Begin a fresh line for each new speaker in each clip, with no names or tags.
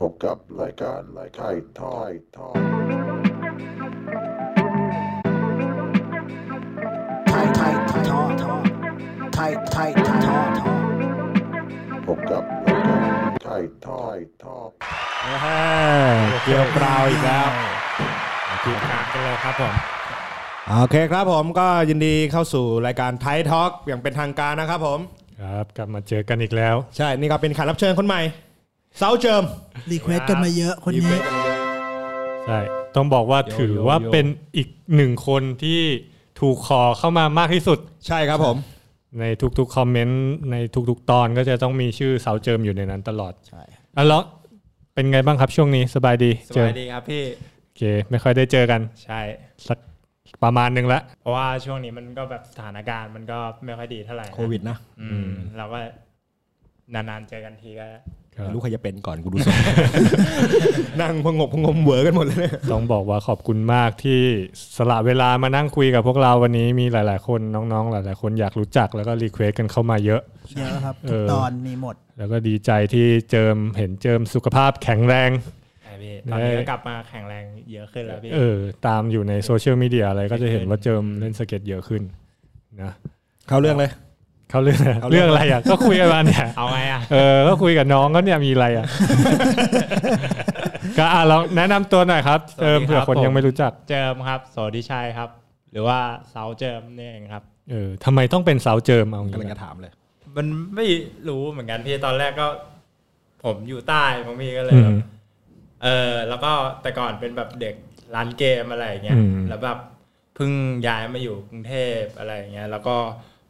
พบกับรายการรายการทอยทอย
tight tight talk talk tight tight talk talk
พบกับรายการไทยทอยทอย
เกี่ยวเปล่าอีกแล้ว
ทีมงานกันเลยครับผม
โอเคครับผมก็ยินดีเข้าสู่รายการไทยทอล์กอย่างเป็นทางการนะครับผม
ครับกลับมาเจอกันอีกแล้ว
ใช่นี่ก็เป็นแขกรับเชิญคนใหม่เซาเจิม
รีเควสกันมาเยอะคนนี้
ใช่ต้องบอกว่าถือว่าเป็นอีกหนึ่งคนที่ถูกขอเข้ามามากที่สุด
ใช่ครับผม
ในทุกๆคอมเมนต์ในทุกๆ ตอนก็จะต้องมีชื่อสาวเจิมอยู่ในนั้นตลอดใช่อ่ะแล้วเป็นไงบ้างครับช่วงนี้สบายดี
ส
เจอบ
ายดีครับพี่
โอเค ไม่ค่อยได้เจอกัน
ใช่
สักประมาณหนึงละ
เพราะว่าช่วงนี้มันก็แบบสถานการณ์มันก็ไม่ค่อยดีเท่าไหร่นะ
โควิดนะ
อืมเราก็นานๆเจอกันทีก็
ไม่รู้ใครจะเป็นก่อนกูดูสด
นั่งพงบพงมเหวอกันหมดเลยเนี่ย
ต้องบอกว่าขอบคุณมากที่สละเวลามานั่งคุยกับพวกเราวันนี้มีหลาย ๆ คนน้องๆ หลาย ๆ คนอยากรู้จักแล้วก็รีเควสกันเข้ามาเยอะ
เยอะครับ
เออ
ทุกตอนมีหมด
แล้วก็ดีใจที่เจิมเห็นเจิมสุขภาพแข็งแรง
ไอพี่ ตอนนี้
ได้
ก็กลับมาแข็งแรงเยอะขึ้นแล้วพี่
เออตามอยู่ในโซเชียลมีเดียอะไรก็จะเห็นว่าเจิมเล่นสเก็ตเยอะขึ้นนะ
เข้าเรื่องเลย
เขาเรื่องอะไร
เขาเรื่
เรื่
อ
อง งอะไรอ่ะก็คุยกันมาเนี่ย
เอาไงอ่ะ
เออก็คุยกับน้องก็เนี่ยมีอะไรอ่ะ ก็อ่ะเราแนะนำตัวหน่อยครับเจิม
สวัสดีครับ
เผื่อคนยังไม่รู้จัก
เจิมครับโสดิชัยครับ หรือว่าเสาเจิมนี่เองครับ
เออทำไมต้องเป็นสาวเจิมเอางี้
กำลังจะ
นะ
ถามเลย
มันไม่รู้เหมือนกันพี่ตอนแรกก็ ผมอยู่ใต้ผมมีก็เลย
อื
แบ
ม
บ เออแล้วก็แต่ก่อนเป็นแบบเด็กร้านเกมอะไรอย่างเงี้ย
อืม
แล้วแบบเพิ่งย้ายมาอยู่กรุงเทพอะไรอย่างเงี้ยแล้วก็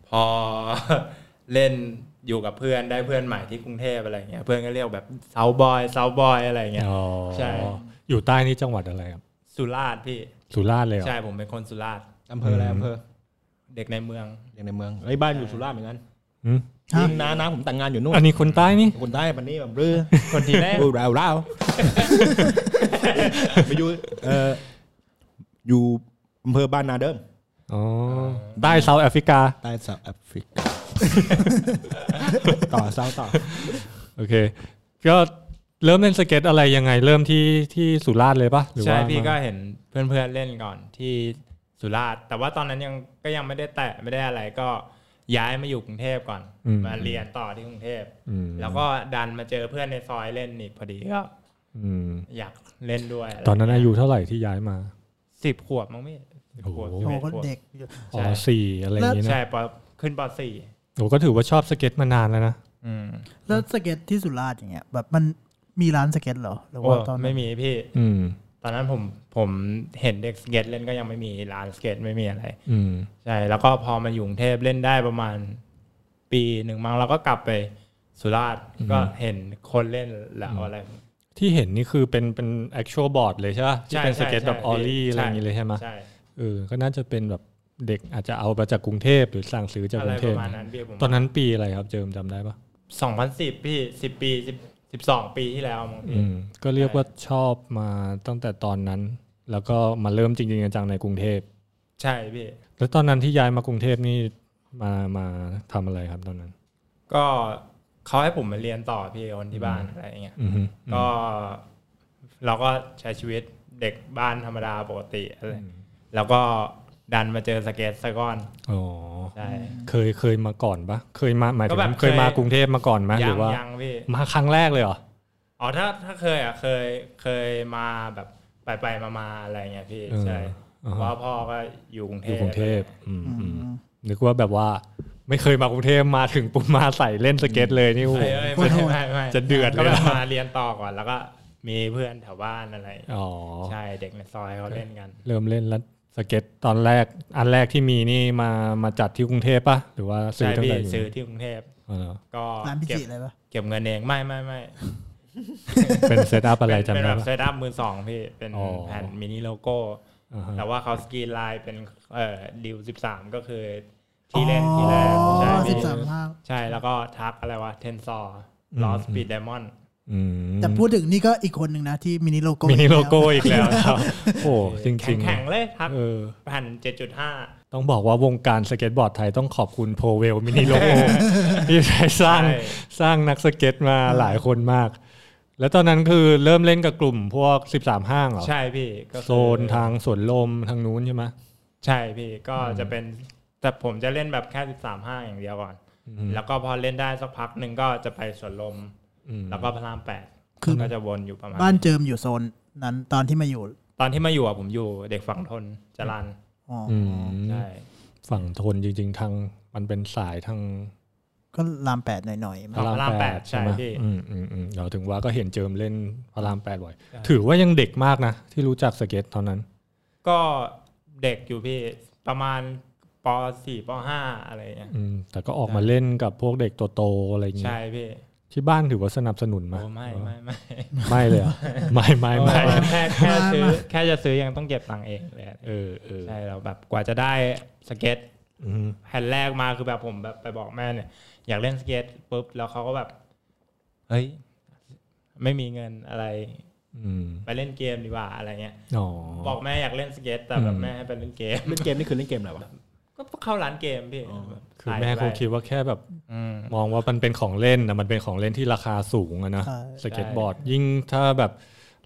พอ เล่นอยู่กับเพื่อนได้เพื่อนใหม่ที่กรุงเทพอะไรอย่างเงี้ยเพื่อนก็เรียกแบบเซาบอยเซาบอยอะไรอย่างเงี้ย
อ๋อ
ใช่
อยู่ใต้นี่จังหวัดอะไรครับ
สุราษฎร์พี่
สุราษฎร์เลยเหรอ
ใช่ผมเป็นคนสุราษฎร์
อำเภออะไรอำเภอ
เด็กในเมือง
อย่างในเมืองไอ้ยบ้านอยู่สุราษฎร์เหมือนกัน
อืม
ฮะ
จริงนะนะผมแต่งงานอยู่นู่น
อันนี้คนใต้นี่
คนใต้ปันนี่แบบเรือ
คนที่แรก
บูราวราว ไปอยู่เอออยู่อำเภอบ้านนาเดิม
อ๋อใต้เซาท์แอฟริกา
ใต้เซาท์แอฟริก าต่อเซาต่อ
โอเค ก็เริ่มเล่นสเก็ตอะไรยังไง เริ่มที่ที่สุราษฎร์เลยปะหรือ
ใช่
ว่า
พี่
มา
ก็เห็นเพื่อนๆเล่นก่อนที่สุราษฎร์แต่ว่าตอนนั้นยังก็ยังไม่ได้แตะไม่ได้อะไรก็ย้ายมาอยู่กรุงเทพก่อน มาเรียนต่อที่กรุงเทพ
อืม
แล้วก็ดันมาเจอเพื่อนในซอยเล่นอีกพอดีก็
อืม
อยากเล่นด้วยะไร
ตอนนั้นอา
เงี้
ยุเท่าไหร่ที่ย้ายมา
สิบขวบมั้งพี่สิบขวบ
โอ้
โอ้
สิบอ็
ก็
ขวบ
เด็ก
อ๋
ใช่
อสี่อะไรอย่างงี้
ใช่
นะ
ปขึ้นปสี่
โอ้ก็ถือว่าชอบสเก็ตมานานแล้วนะ
อืม
แล้วสเก็ตที่สุราษฎร์อย่างเงี้ยแบบมันมีร้านสเก็ตเหรอหรือ
โอ้
ว่าตอนนั้น
ไม่มีพี่
อืม
ตอนนั้นผมผมเห็นเด็กสเก็ตเล่นก็ยังไม่มีร้านสเก็ตไม่มีอะไร
อืม
ใช่แล้วก็พอมาอยู่กรุงเทพเล่นได้ประมาณ ปีหนึ่งมั้งเราก็กลับไปสุราษฎร์ก็เห็นคนเล่นแล้วอะไร
ที่เห็นนี่คือเป็นเป็น actual board เลยใช่ปะที่เป็นสเก็ตแบบออลลี่อะไรอย่างงี้เลยใช่ไหม
ใช่
เออ ก็น่าจะเป็นแบบเด็กอาจจะเอามาจากกรุงเทพหรือสั่งซื้อจากก
อะไร
รุงเท
ป
พ
ระมาณนั้นพี่ผม
ตอนนั้นปีอะไรครับเจิมจำได้ปะ
สองพันสิบพี่สิบปีสิบสิบสองปีที่แล้วมั้งพี่
อืม ก็เรียกว่าชอบมาตั้งแต่ตอนนั้น แล้วก็มาเริ่มจริงๆจังๆในกรุงเทพ
ใช่พี่
แล้วตอนนั้นที่ย้ายมากรุงเทพนี่มามาทำอะไรครับตอนนั้น
ก็เขาให้ผมมาเรียนต่อพี่คนที่บ้านอะไรอย่างเงี้ย
อือฮึ
ก็ เราก็ใช้ชีวิตเด็กบ้านธรรมดาปกติอะไร แล้วก็ดันมาเจอสเก็ตซะก่อน
อ๋อ
ใช่
เคยเคยมาก่อนปะเคยมาหมายถึ
ก็
ง
แบบ
เคย
เคย
มากรุงเทพมาก่อนไหมห
ยั
รือว่า
ยังพี่
มาครั้งแรกเลยเหรอ
อ๋อถ้าถ้าเคยอ่ะเคยเคยมาแบบไปไปมามาๆอะไรเงี้ยพี่ ใช่
อ่าฮะ
เพราะพ่อก็อยู่กรุงเท
อ
พ
ยู่กรุงเทพอืม
อื
อืม
ม
นึกว่าแบบว่า ไม่เคยมากรุงเทพมาถึง ปุ๊บมาใส่เล่นสเก็ตเลยนี่โอ้โห
เอ้ยเอ้ยไม่ไม่ไม่
จะเดือดเลย
ก็แบบมาเรียนต่อก่อนแล้วก็มีเพื่อนแถวบ้านอะไร
อ๋อ
ใช่เด็กในซอยเขาเล่นกัน
เริ่มเล่นแล้วสเก็ตตอนแรก อันแรกที่มีนี่มามาจัดที่กรุงเทพปะหรือว่าซื้
ใช่
อตั้ง
พี่
แต่อยู่
ซื้อที่กรุงเทพ
อเหรอ
ก็
ร้านพิ
เก็บ
จิเลยปะ
เก็บเงินเองไม่ไม่ไม่
เป็นเซตอัพอะไรจำ
เป็น
ได้
แบบ
ปะ
เซตอัพมือสองพี่เป็น
อ๋อ
แผ่นมินิโลโก้
อ่าฮะ
แต่ว่าเขาสกรีนไลน์เป็นเอ่อดิวสิบสามก็คือที่เล่นที่แรก
อ๋
ใช่
อสิ
พี่
บสามห้าง
ใช่แล้วก็ทักอะไรวะเทนซอร์
อืม
ลอสปีดไดมอนด์
อืม
แต่พูดถึงนี่ก็อีกคนหนึ่งนะที่มินิโลโก้
มินิโลโก้
อี
อีกแล้ว ครับ โอ้จริงๆ
แข็งแข็งๆเลยทัก
เออ
แผ่นเจ็ดจุดห้า
ต้องบอกว่าวงการสเก็ตบอร์ดไทยต้องขอบคุณโพเว ลมินิโลโก้ที่ได้สร้างสร้างนักสเก็ตมาหลายคนมาก แล้วตอนนั้นคือเริ่มเล่นกับกลุ่มพวก 13 ห้างเหรอ
ใช่พี่ก็คือ
โซนทางสวนลมทางนู้นใช่ไหม
ใช่พี่ก็จะเป็นแต่ผมจะเล่นแบบแค่สิบสามห้างอย่างเดียวก่อน
อืม
แล้วก็พอเล่นได้สักพักหนึ่งก็จะไปสวนลม
อืม
แล้วก็พระรามแปด
คือ
ก็จะวนอยู่ประมาณ
บ้านเจิมอยู่โซนนั้นตอนที่มาอยู่
ตอนที่มาอยู่อะผมอยู่เด็กฝั่งทนจรัน
อ๋ออ
อืม
ใช่
ฝั่งทนจริง ๆ ทางมันเป็นสายทาง
ก็รามแปดหน่อยๆมั้
พระ
ง
รามแปด
ใช่
ไหม
พี่
อืมอืมอืมเราถึงว่าก็เห็นเจิมเล่นพระรามแปดบ่อย ถือว่ายังเด็กมากนะ ที่รู้จักสเก็ตตอนนั้น
ก็เด็กอยู่พี่ประมาณป .4 ป .5 อะไรอย่างเงี้ย
อืมแต่ก็ออกมาเล่นกับพวกเด็กโตๆอะไรอย่างเงี้
ใช่
ย
พี่
ที่บ้านถือว่าสนับสนุนไหม
โอ้ไม่ไม่ไม่
ไม่เลยเหรอ ไม่ไม่ไม่
แค่แค่ซื้อแค่จะซื้อยังต้องเก็บตังค์เองเลยอะ
เออเออ
ใช่เราแบบกว่าจะได้สเก็ต
อืม
แผ่นแรกมาคือแบบผมแบบไปบอกแม่เนี่ย อยากเล่นสเก็ตปุ๊บแล้วเขาก็แบบเฮ้ยไม่มีเงินอะไร
อืม
ไปเล่นเกมดีกว่าอะไรเงี้ย
อ๋อ
บอกแม่อยากเล่นสเก็ตแต่แบบแม่ให้ไปเล่นเกม
เล่นเกมนี่คือเล่นเกมอะไรวะ
ก็เข้าร้านเกมพี่แบบ
คือแม่คงคิดว่าแค่แบบ
อืม
มองว่ามันเป็นของเล่นนะมันเป็นของเล่นที่ราคาสูงอะนะ
ใช่
สเก็ตบอร์ด ยิ่งถ้าแบบ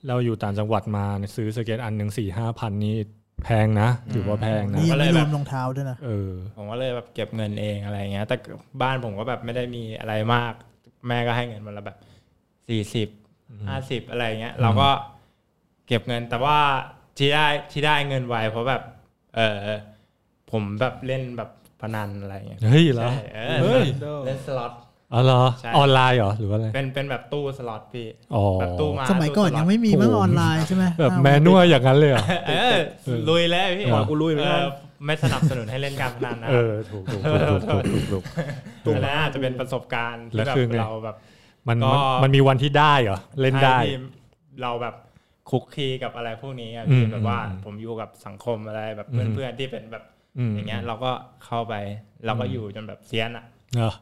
เราอยู่ต่างจังหวัดมาเนี่ยซื้อสเก็ตอันหนึ่งสี่ห้าพันนี่แพงนะถือว่าแพงนะ
นี่ยังไม่
ก็เล
ร
ยแบ
ว
บ
มรองเท้าด้วยนะ
เออ
ผมก็เลยแบบเก็บเงินเองอะไรเงี้ย แต่บ้านผมก็แบบไม่ได้มีอะไรมาก แม่ก็ให้เงินมาละแบบสี่สิบห้าสิบอะไรเงี้ย เราก็เก็บเงินแต่ว่าที่ได้ที่ได้เงินไวเพราะแบบ เออผมแบบเล่นแบบพนันอะไรเงี้ย
เฮ้ยเหรอ
ใช่เออ
เฮ้ย
เล่นสล็อต
อ๋อเหรอ
ใช่
ออนไลน์เหรอหรือว่าอะไร
เป็นเป็นแบบตู้สล็อตพี่
อ๋อ
แบบตู้มา
สมัยก่อน
ตู้ล็
ยั
ต
งไม่มีมั้งออนไลน์ใช่ไหม
แบบ
อ้าว
แมนนวลอย่างนั้นเลยเหรอ
เออลุยแล้วพี่
เออ
กูลุยไม่สนับสนุนให้เล่นการพนันนะ
เออถูกถูกถูกถูกถูกถูกถูก
แต่น่าจะเป็นประสบการณ์
แล้ว
ที่แบบ
คือไง
เราแบบ
มันมั
ก็
นมันมีวันที่ได้เหรอเล่นได้
ให้ทีมเราแบบคลุกคลีกับอะไรพวกนี้อะพี่
อืม
แบบว่า
อืม
ผมอยู่กับสังคมอะไรแบบ
อืม
เพื่อนๆที่เป็นแบบ
ม
อย่างเงี้ย เราก็เข้าไปเราก็อยู่จนแบบเซียนอะ
เนอะ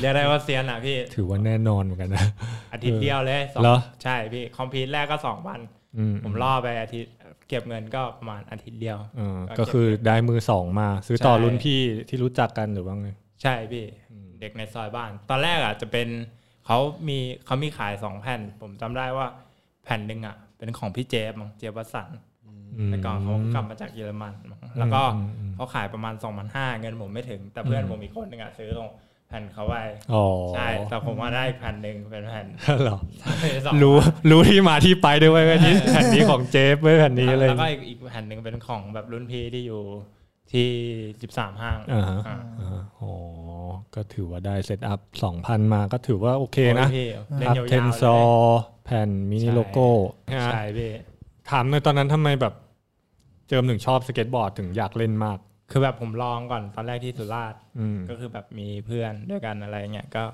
เรียกได้ว่าเซียนอะพี่
ถือว่าแน่นอนเหมือนกันนะ
อาทิตย์เดียวเลยสอง
เหรอ
ใช่พี่คอมพิวแรกก็สองวัน
อืม
ผมล่อไปอาทิตย์เก็บเงินก็ประมาณอาทิตย์เดียว
เออก็คือได้มือสองมา ซื้อต่อ
ใช่
รุ่นพี่ที่รู้จักกันหรือว่าไง
ใช่พี่เด็กในซอยบ้าน ตอนแรกอ่ะจะเป็นเขามีเขามีขายสองแผ่น ผมจำได้ว่าแผ่นหนึ่งอ่ะ เป็นของพี่เจฟมั้งเจฟวัสสันแต่ก่อนเขากลับมาจากเยอรมันมั้งแล้วก็
อืมอืม
เขาขายประมาณ2 5 0 0เงินผมไม่ถึง แต่เพื่อนผมอีกคนหนึ่งอ่ะซื้อตรงแผ่นเขาไว้
อ๋อ
ใช่แต่ผมว่าได้แผ่นหนึ่งเป็น แผ่น
เหรอ
สอง
รู้รู้ที่มาที่ไปด้วยเวยว่า ที่แผ่นนี้ของเจฟเว้ยแผ่นนี้เลย
แล้วก็อีกอีกแผ่นหนึ่งเป็นของแบบรุ่นพี่ที่อยู่ที่ 13 ห้าง
อ่าฮะ
อ่า
อ่าอ๋อ ก็ถือว่าได้เซตอัพสองพันมาก็ถือว่าโอเคนะ
พี่เล่น
อัพ
ยาวๆ
เทนซอแผ่นมินิโลโก้
เลยใช่พี่
ถามในอยตอนนั้นทำไมแบบ เจิมถึงชอบสเก็ตบอร์ดถึงอยากเล่นมาก
คือแบบผมลองก่อนตอนแรกที่สุราษฎร์
อืม
ก็คือแบบมีเพื่อนด้วยกันอะไรเงี้ยก็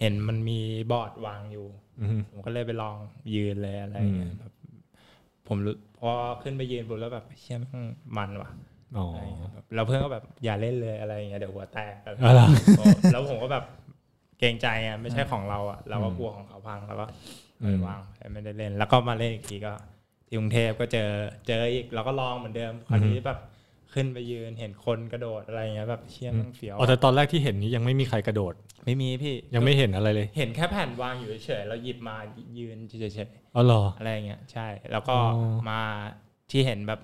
เห็นมันมีบอร์ดวางอยู่
อืม
ผมก็เลยไปลองยืนเลยอะไรเงี้ย
อืม
แบบผมรู้พอขึ้นไปยืนบนแล้วแบบเชี่ยแมันมันว่ะ
อ๋อ
อะไรเงี้ยแบบแล้วเพื่อนก็แบบอย่าเล่นเลยอะไรเงี้ยเดี๋ยวหัวแตกอะไร
อ๋อเหรอ
แล้วผมก็แบบเกรงใจอ่ะไม่ใช่ของเราอ่ะเราก็กลัวของเขาพังแล้วก็เลยวางไปไม่ได้เล่น แล้วก็มาเล่นอีกทีก็ที่กรุงเทพก็เจอเจออีกเราก็ลองเหมือนเดิมคราวนี้แบบขึ้นไปยืนเห็นคนกระโดดอะไรเงี้ยแบบเชี่ยแมันเสียว
อ๋อแต่ตอนแรกที่เห็นนี้ยังไม่มีใครกระโดด
ไม่มีพี่
ยังไม่เห็นอะไรเลย
เห็นแค่แผ่นวางอยู่เฉยๆเราหยิบมายืนเฉยๆ
อ๋อเหรอ
อะไรอย่างเงี้ยใช่แล้วก็
อ๋อ
มาที่เห็นแบบ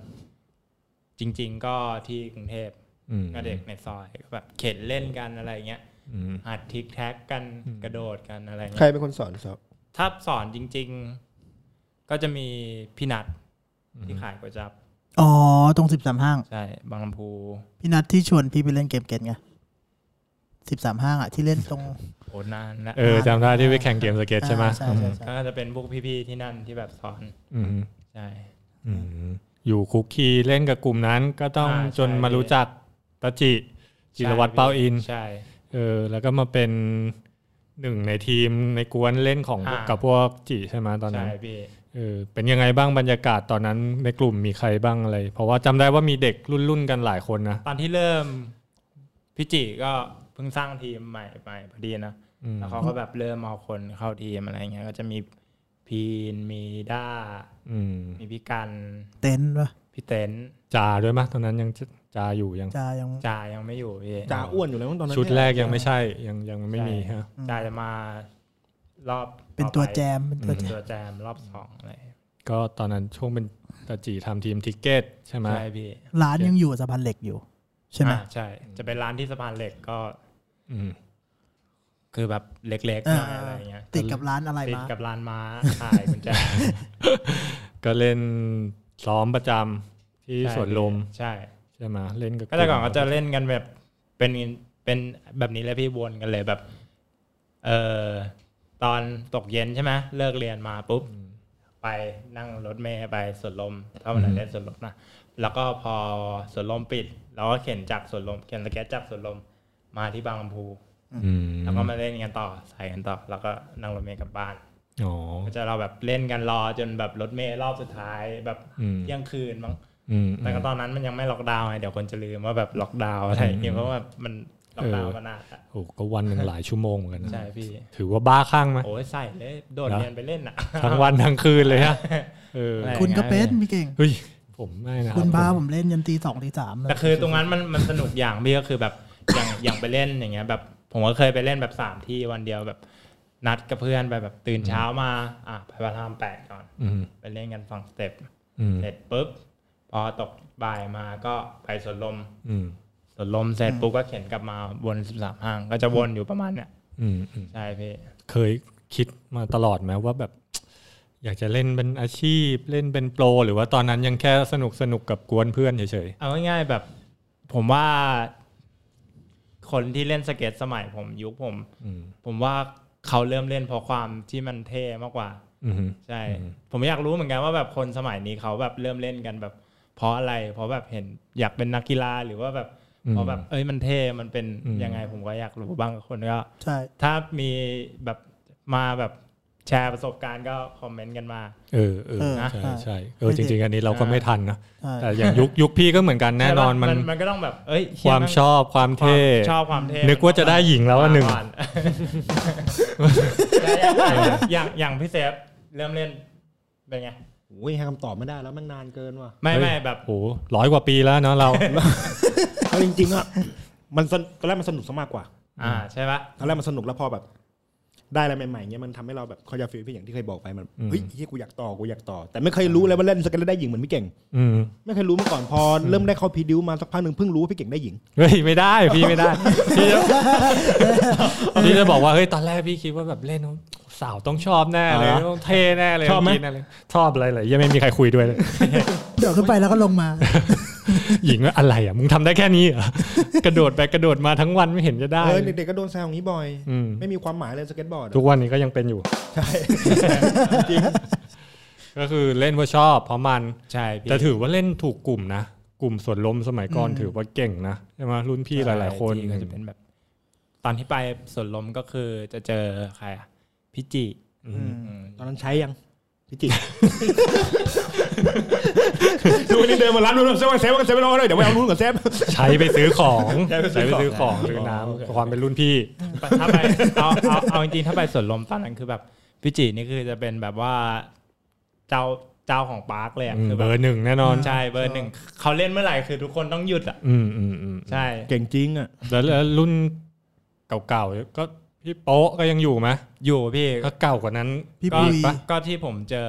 จริง ๆ ก็ที่กรุงเทพ
อืม
ก็เด็กในซอยก็แบบเข็นเล่นกันอะไรเงี้ย
อืม
หัดทิกแท็กกัน
อืม
กระโดดกันอะไร
ใคร
เงี้ย
เป็นคนสอนครับ
ถ้าสอนจริง ๆ ก็จะมีพี่นัทที่ขายก๋วยจับ
อ๋อ ตรงสิบสามห้าง
ใช่บางลำพู
พี่นัดที่ชวนพี่ไปเล่นเกมเกตไงสิบสามห้างอ่ะ ที่เล่นตรง
โอ้นานแล้ว
เออจำได้ที่ไปแข่งเกมสเก็ตใช่ไหม
อ่าใช่ใช่ใช่
ก็จะเป็นพวกพี่ๆที่นั่นที่แบบสอน
อืม
ใช่
อืมอยู่คุกคีเล่นกับกลุ่มนั้นก็ต้อง
อ่าใช่
จนมารู้จักตาจิจิรวัตรเป้าอิน
ใช่
เออแล้วก็มาเป็นหนึ่งในทีมในกวนเล่นของ
อ่า
กับพวกจิใช่ไหมตอน
ใช่
นั้น
พี่
เออเป็นยังไงบ้างบรรยากาศตอนนั้นในกลุ่มมีใครบ้างอะไร เพราะว่าจำได้ว่ามีเด็กรุ่นรุ่นๆกันหลายคนนะ
ตอนที่เริ่มพี่จิก็เพิ่งสร้างทีมใหม่ใหม่พอดีนะ
อืม
แล้วเขาก็แบบเริ่มเอาคนเข้าทีมอะไรเงี้ย ก็จะมีพีน มีด้า
อืม
มีพี่กัน
เต็นท์ปะ
พี่เต็นท์
จาด้วยมะตอนนั้นยังจาอยู่ยัง
จายัง
จ่ายังไม่อยู่พี่
จ่าอ้วนอยู่แล้วมั้งตอนนั้น
ชุด
เนี่ย
แรกยังไม่ใช่ยังยังไม่มีฮะ
จ่าจะมา รอบ
เป็นตัว
ต่อไ
แจมเป็นตัวแจ
เป็น
ม
ตัวแจมรอบสองอะไร
ก็ตอนนั้นช่วงเป็นตาจีทำทีมทิกเก็ตใช่ไหม
ใช่พี่
ร้านยังอยู่สะพานเหล็กอยู่ ใช่ไหม
อ่าใช่ จะเป็นร้านที่สะพานเหล็กก็
อืม
คือแบบเล็กๆห
อ่า
น่อยอะไรเงี้ย
ติดกับร้านอะไร
ติด
มา
กับร้านม้าขายกุญแจ
ก็เล่นซ้อมประจำที่
ใช่
สวนลม
ใช่
ใช่ไหมเล่นกับ
ก็แต่ก่อนก็จะเล่นกันแบบเป็นเป็นแบบนี้เลยพี่วนกันเลยแบบ เออตอนตกเย็นใช่ไหมเลิกเรียนมาปุ๊บ ไปนั่งรถเมล์ไปสวนลมเท่าไหร่ได้สวนลมนะแล้วก็พอสวนลมปิดเราก็เข็นจากสวนลมเข็นสเก็ตจากสวนลมมาที่บางลำพู
อืม
แล้วก็มาเล่นกันต่อใส่กันต่อ แล้วก็นั่งรถเมล์กลับบ้าน
อ๋อ
ก็จะเราแบบเล่นกันรอจนแบบรถเมล์รอบสุดท้ายแบบ
อืม
เที่ยงคืนมั้ง
อืม
แต่ก็ตอนนั้นมันยังไม่ล็อกดาวน์ไงเดี๋ยวคนจะลืมว่าแบบล็อกดาวน์อะไรอย่างเงี้ยเพราะว่ามันล็อกดาวน์
เออ
มานานแล้ว
โอ้ก็วันหนึ่งหลายชั่วโมงเหมือนกันนะ
ใช่พี่
ถือว่าบ้าคลั่งไหม
โอ้ยใส่เลยโดด
นะ
เรียนไปเล่นอ่ะ
ทั้งวันทั้งคืนเลยฮะเออ
อะไร
คุณก็เป็นพี่เก่ง
เฮ้ยผมไม่นะรับ
คุณพาผมเล่นยันตีสองตีสามเลย
แต่คือตรงนั้นมันมันสนุกอย่างพี่ก็คือแบบอย่างอย่างไปเล่นอย่างเงี้ยแบบผมก็เคยไปเล่นแบบสามที่วันเดียวแบบนัดกับเพื่อนไปแบบตื่นเช้ามาอ่ะไปพระรามแปดก่อน
อืม
ไปเล่นกันฝั่งสเต็ป
อืม
เสร็จปุ๊บพอตกบ่ายมาก็ไปสวนลม
อืม
สวนลมเสร็จปุ๊บก็เข็นกลับมาวนสิบสามห้างก็จะวนอยู่ประมาณเนี้ย
อืมอืม
ใช่พี่
เคยคิดมาตลอดไหมว่าแบบ อยากจะเล่นเป็นอาชีพเล่นเป็นโปร หรือว่าตอนนั้นยังแค่สนุกสนุกกับกวนเพื่อนเฉย
เอาง่ายๆแบบผมว่าคนที่เล่นสเก็ตสมัยผมยุคผม
ๆอืม
ผมว่าเขาเริ่มเล่นเพราะความที่มันเท่มากกว่า
อืม
ใช่
อืม
ผมอยากรู้เหมือนกันว่าแบบคนสมัยนี้เขาแบบเริ่มเล่นกันแบบ เพราะอะไร เพราะแบบเห็นอยากเป็นนักกีฬาหรือว่าแบบเพราะแบบเอ้ยมันเท่มันเป็นยังไง ผมก็อยากรู้บ้างคนก็
ใช่
ถ้ามีแบบมาแบบแชร์ประสบการณ์ก็คอมเมนต์กันมา
เออเออ
เออ
ใช่
ใช่
ใช่เออ
ไม่
จ
ได้
ริง ๆ อันนี้เราก็ไม่ทันนะ
ใช่
แต่อย่างยุคยุคพี่ก็เหมือนกันแน่นอนมัน
ใช่ปะมันก็ต้องแบบเอ้ย
ค
เหี้ยว
าม
แง
ชอบความเท่
ชอบความเท่
นึกว่าจะได้หญิงแล้วอันหนึ่ง
มาก่ออย่างอย่างอย่างพี่เซฟเริ่มเล่นเป็นไง
โอ้ยหาคำตอบไม่ได้แล้วมันนานเกินว่ะ
ไม่ไม่แบบ
โหร้อยกว่าปีแล้วเนาะเรา
เอาจริงๆอ่ะมันสนตอนแรกมันสนุกซะมากกว่า
อ่าใช่ปะ
ตอนแรกมันสนุกแล้วพอแบบ ได้อะไรใหม่ๆเงี้ยมันทำให้เราแบบคอยาฟิลพี่อย่างที่เคยบอกไปมัน
อืม
เฮ้ยเฮียกูอยากต่อกูอยากต่อ แต่ไม่เคยรู้เลยว่าเล่นสเก็ตแล้วได้หญิงเหมือนพี่เก่ง
อืม
ไม่เคยรู้มาก่อนพอเริ่มได้เข้าพีดิวมาสักพักหนึ่งเพิ่งรู้ว่าพี่เก่งได้หญิง
เฮ้ยไม่ได้พี่ไม่ได้ พี่จะพี่จะบอกว่าเฮ้ยตอนแรกพี่คิดว่าแบบเล่นสาวต้องชอบแน่เลย
อ่าฮะ
ต้องเท่แน่เลย
ชอบไหม
กินะรชอบอะไรเลยยังไม่มีใครคุยด้วยเลย
เดี๋ยวขึ้นไปแล้วก็ลงมา
หญิงว่าอะไรอ่ะมึงทำได้แค่นี้เหรอ กระโดดไปกระโดดมาทั้งวันไม่เห็นจะได้
เออ
เลย
เด็กๆก็โดนแซวอย่างนี้บ่อย
อืม
ไม่มีความหมายเลยสเก็ตบอร์ดอะ
ทุกวันนี้ก็ยังเป็นอยู่
ใช่ จริง
ก็คือเล่นเพราะชอบ เพราะมัน
ใช่พี่
แต่ถือว่าเล่นถูกกลุ่มนะ กลุ่มสวนลมสมัยก่อนถือว่าเก่งนะใช่ไหมรุ่นพี่หลาย ๆ คน
ที่ก็จะเป็นแบบ ตอนที่ไปสวนลมก็คือจะเจอใครอะพี่จิ
อืม
ตอนนั้นใช้ยังพี่จิ ดูวันนี้เดินมาร้านนู้นเซฟเซฟเซฟไม่รอเลยเดี๋ยวไปเอานู้นกับเซฟ
ใช้ไปซื้อของ
ใช้ไปซื้อของ
ซื้อน้ำความเป็นรุ่นพี่
ถ้าไปเอาเอาเอาจริงๆถ้าไปสวนลมตอนนั้นคือแบบพี่จินี่คือจะเป็นแบบว่าเจ้าเจ้าของปาร์คเลยอะคือ
เบ
แบบ
อร์หนึ่งแน่นอน
ใช่เบอร์หนึ่งเขาเล่นเมื่อไหร่คือทุกคนต้องหยุดอ่ะ
อืมอืมอืม
ใช่
เก่งจริงอ่ะ
แล้วแล้วรุ่นเก่าๆก็พี่โป๊ะก็ยังอยู่ไหม
อยู่พี่
ก็เก่ากว่านั้น
พี่
ก็
ปุย
ก็ก็ที่ผมเจอ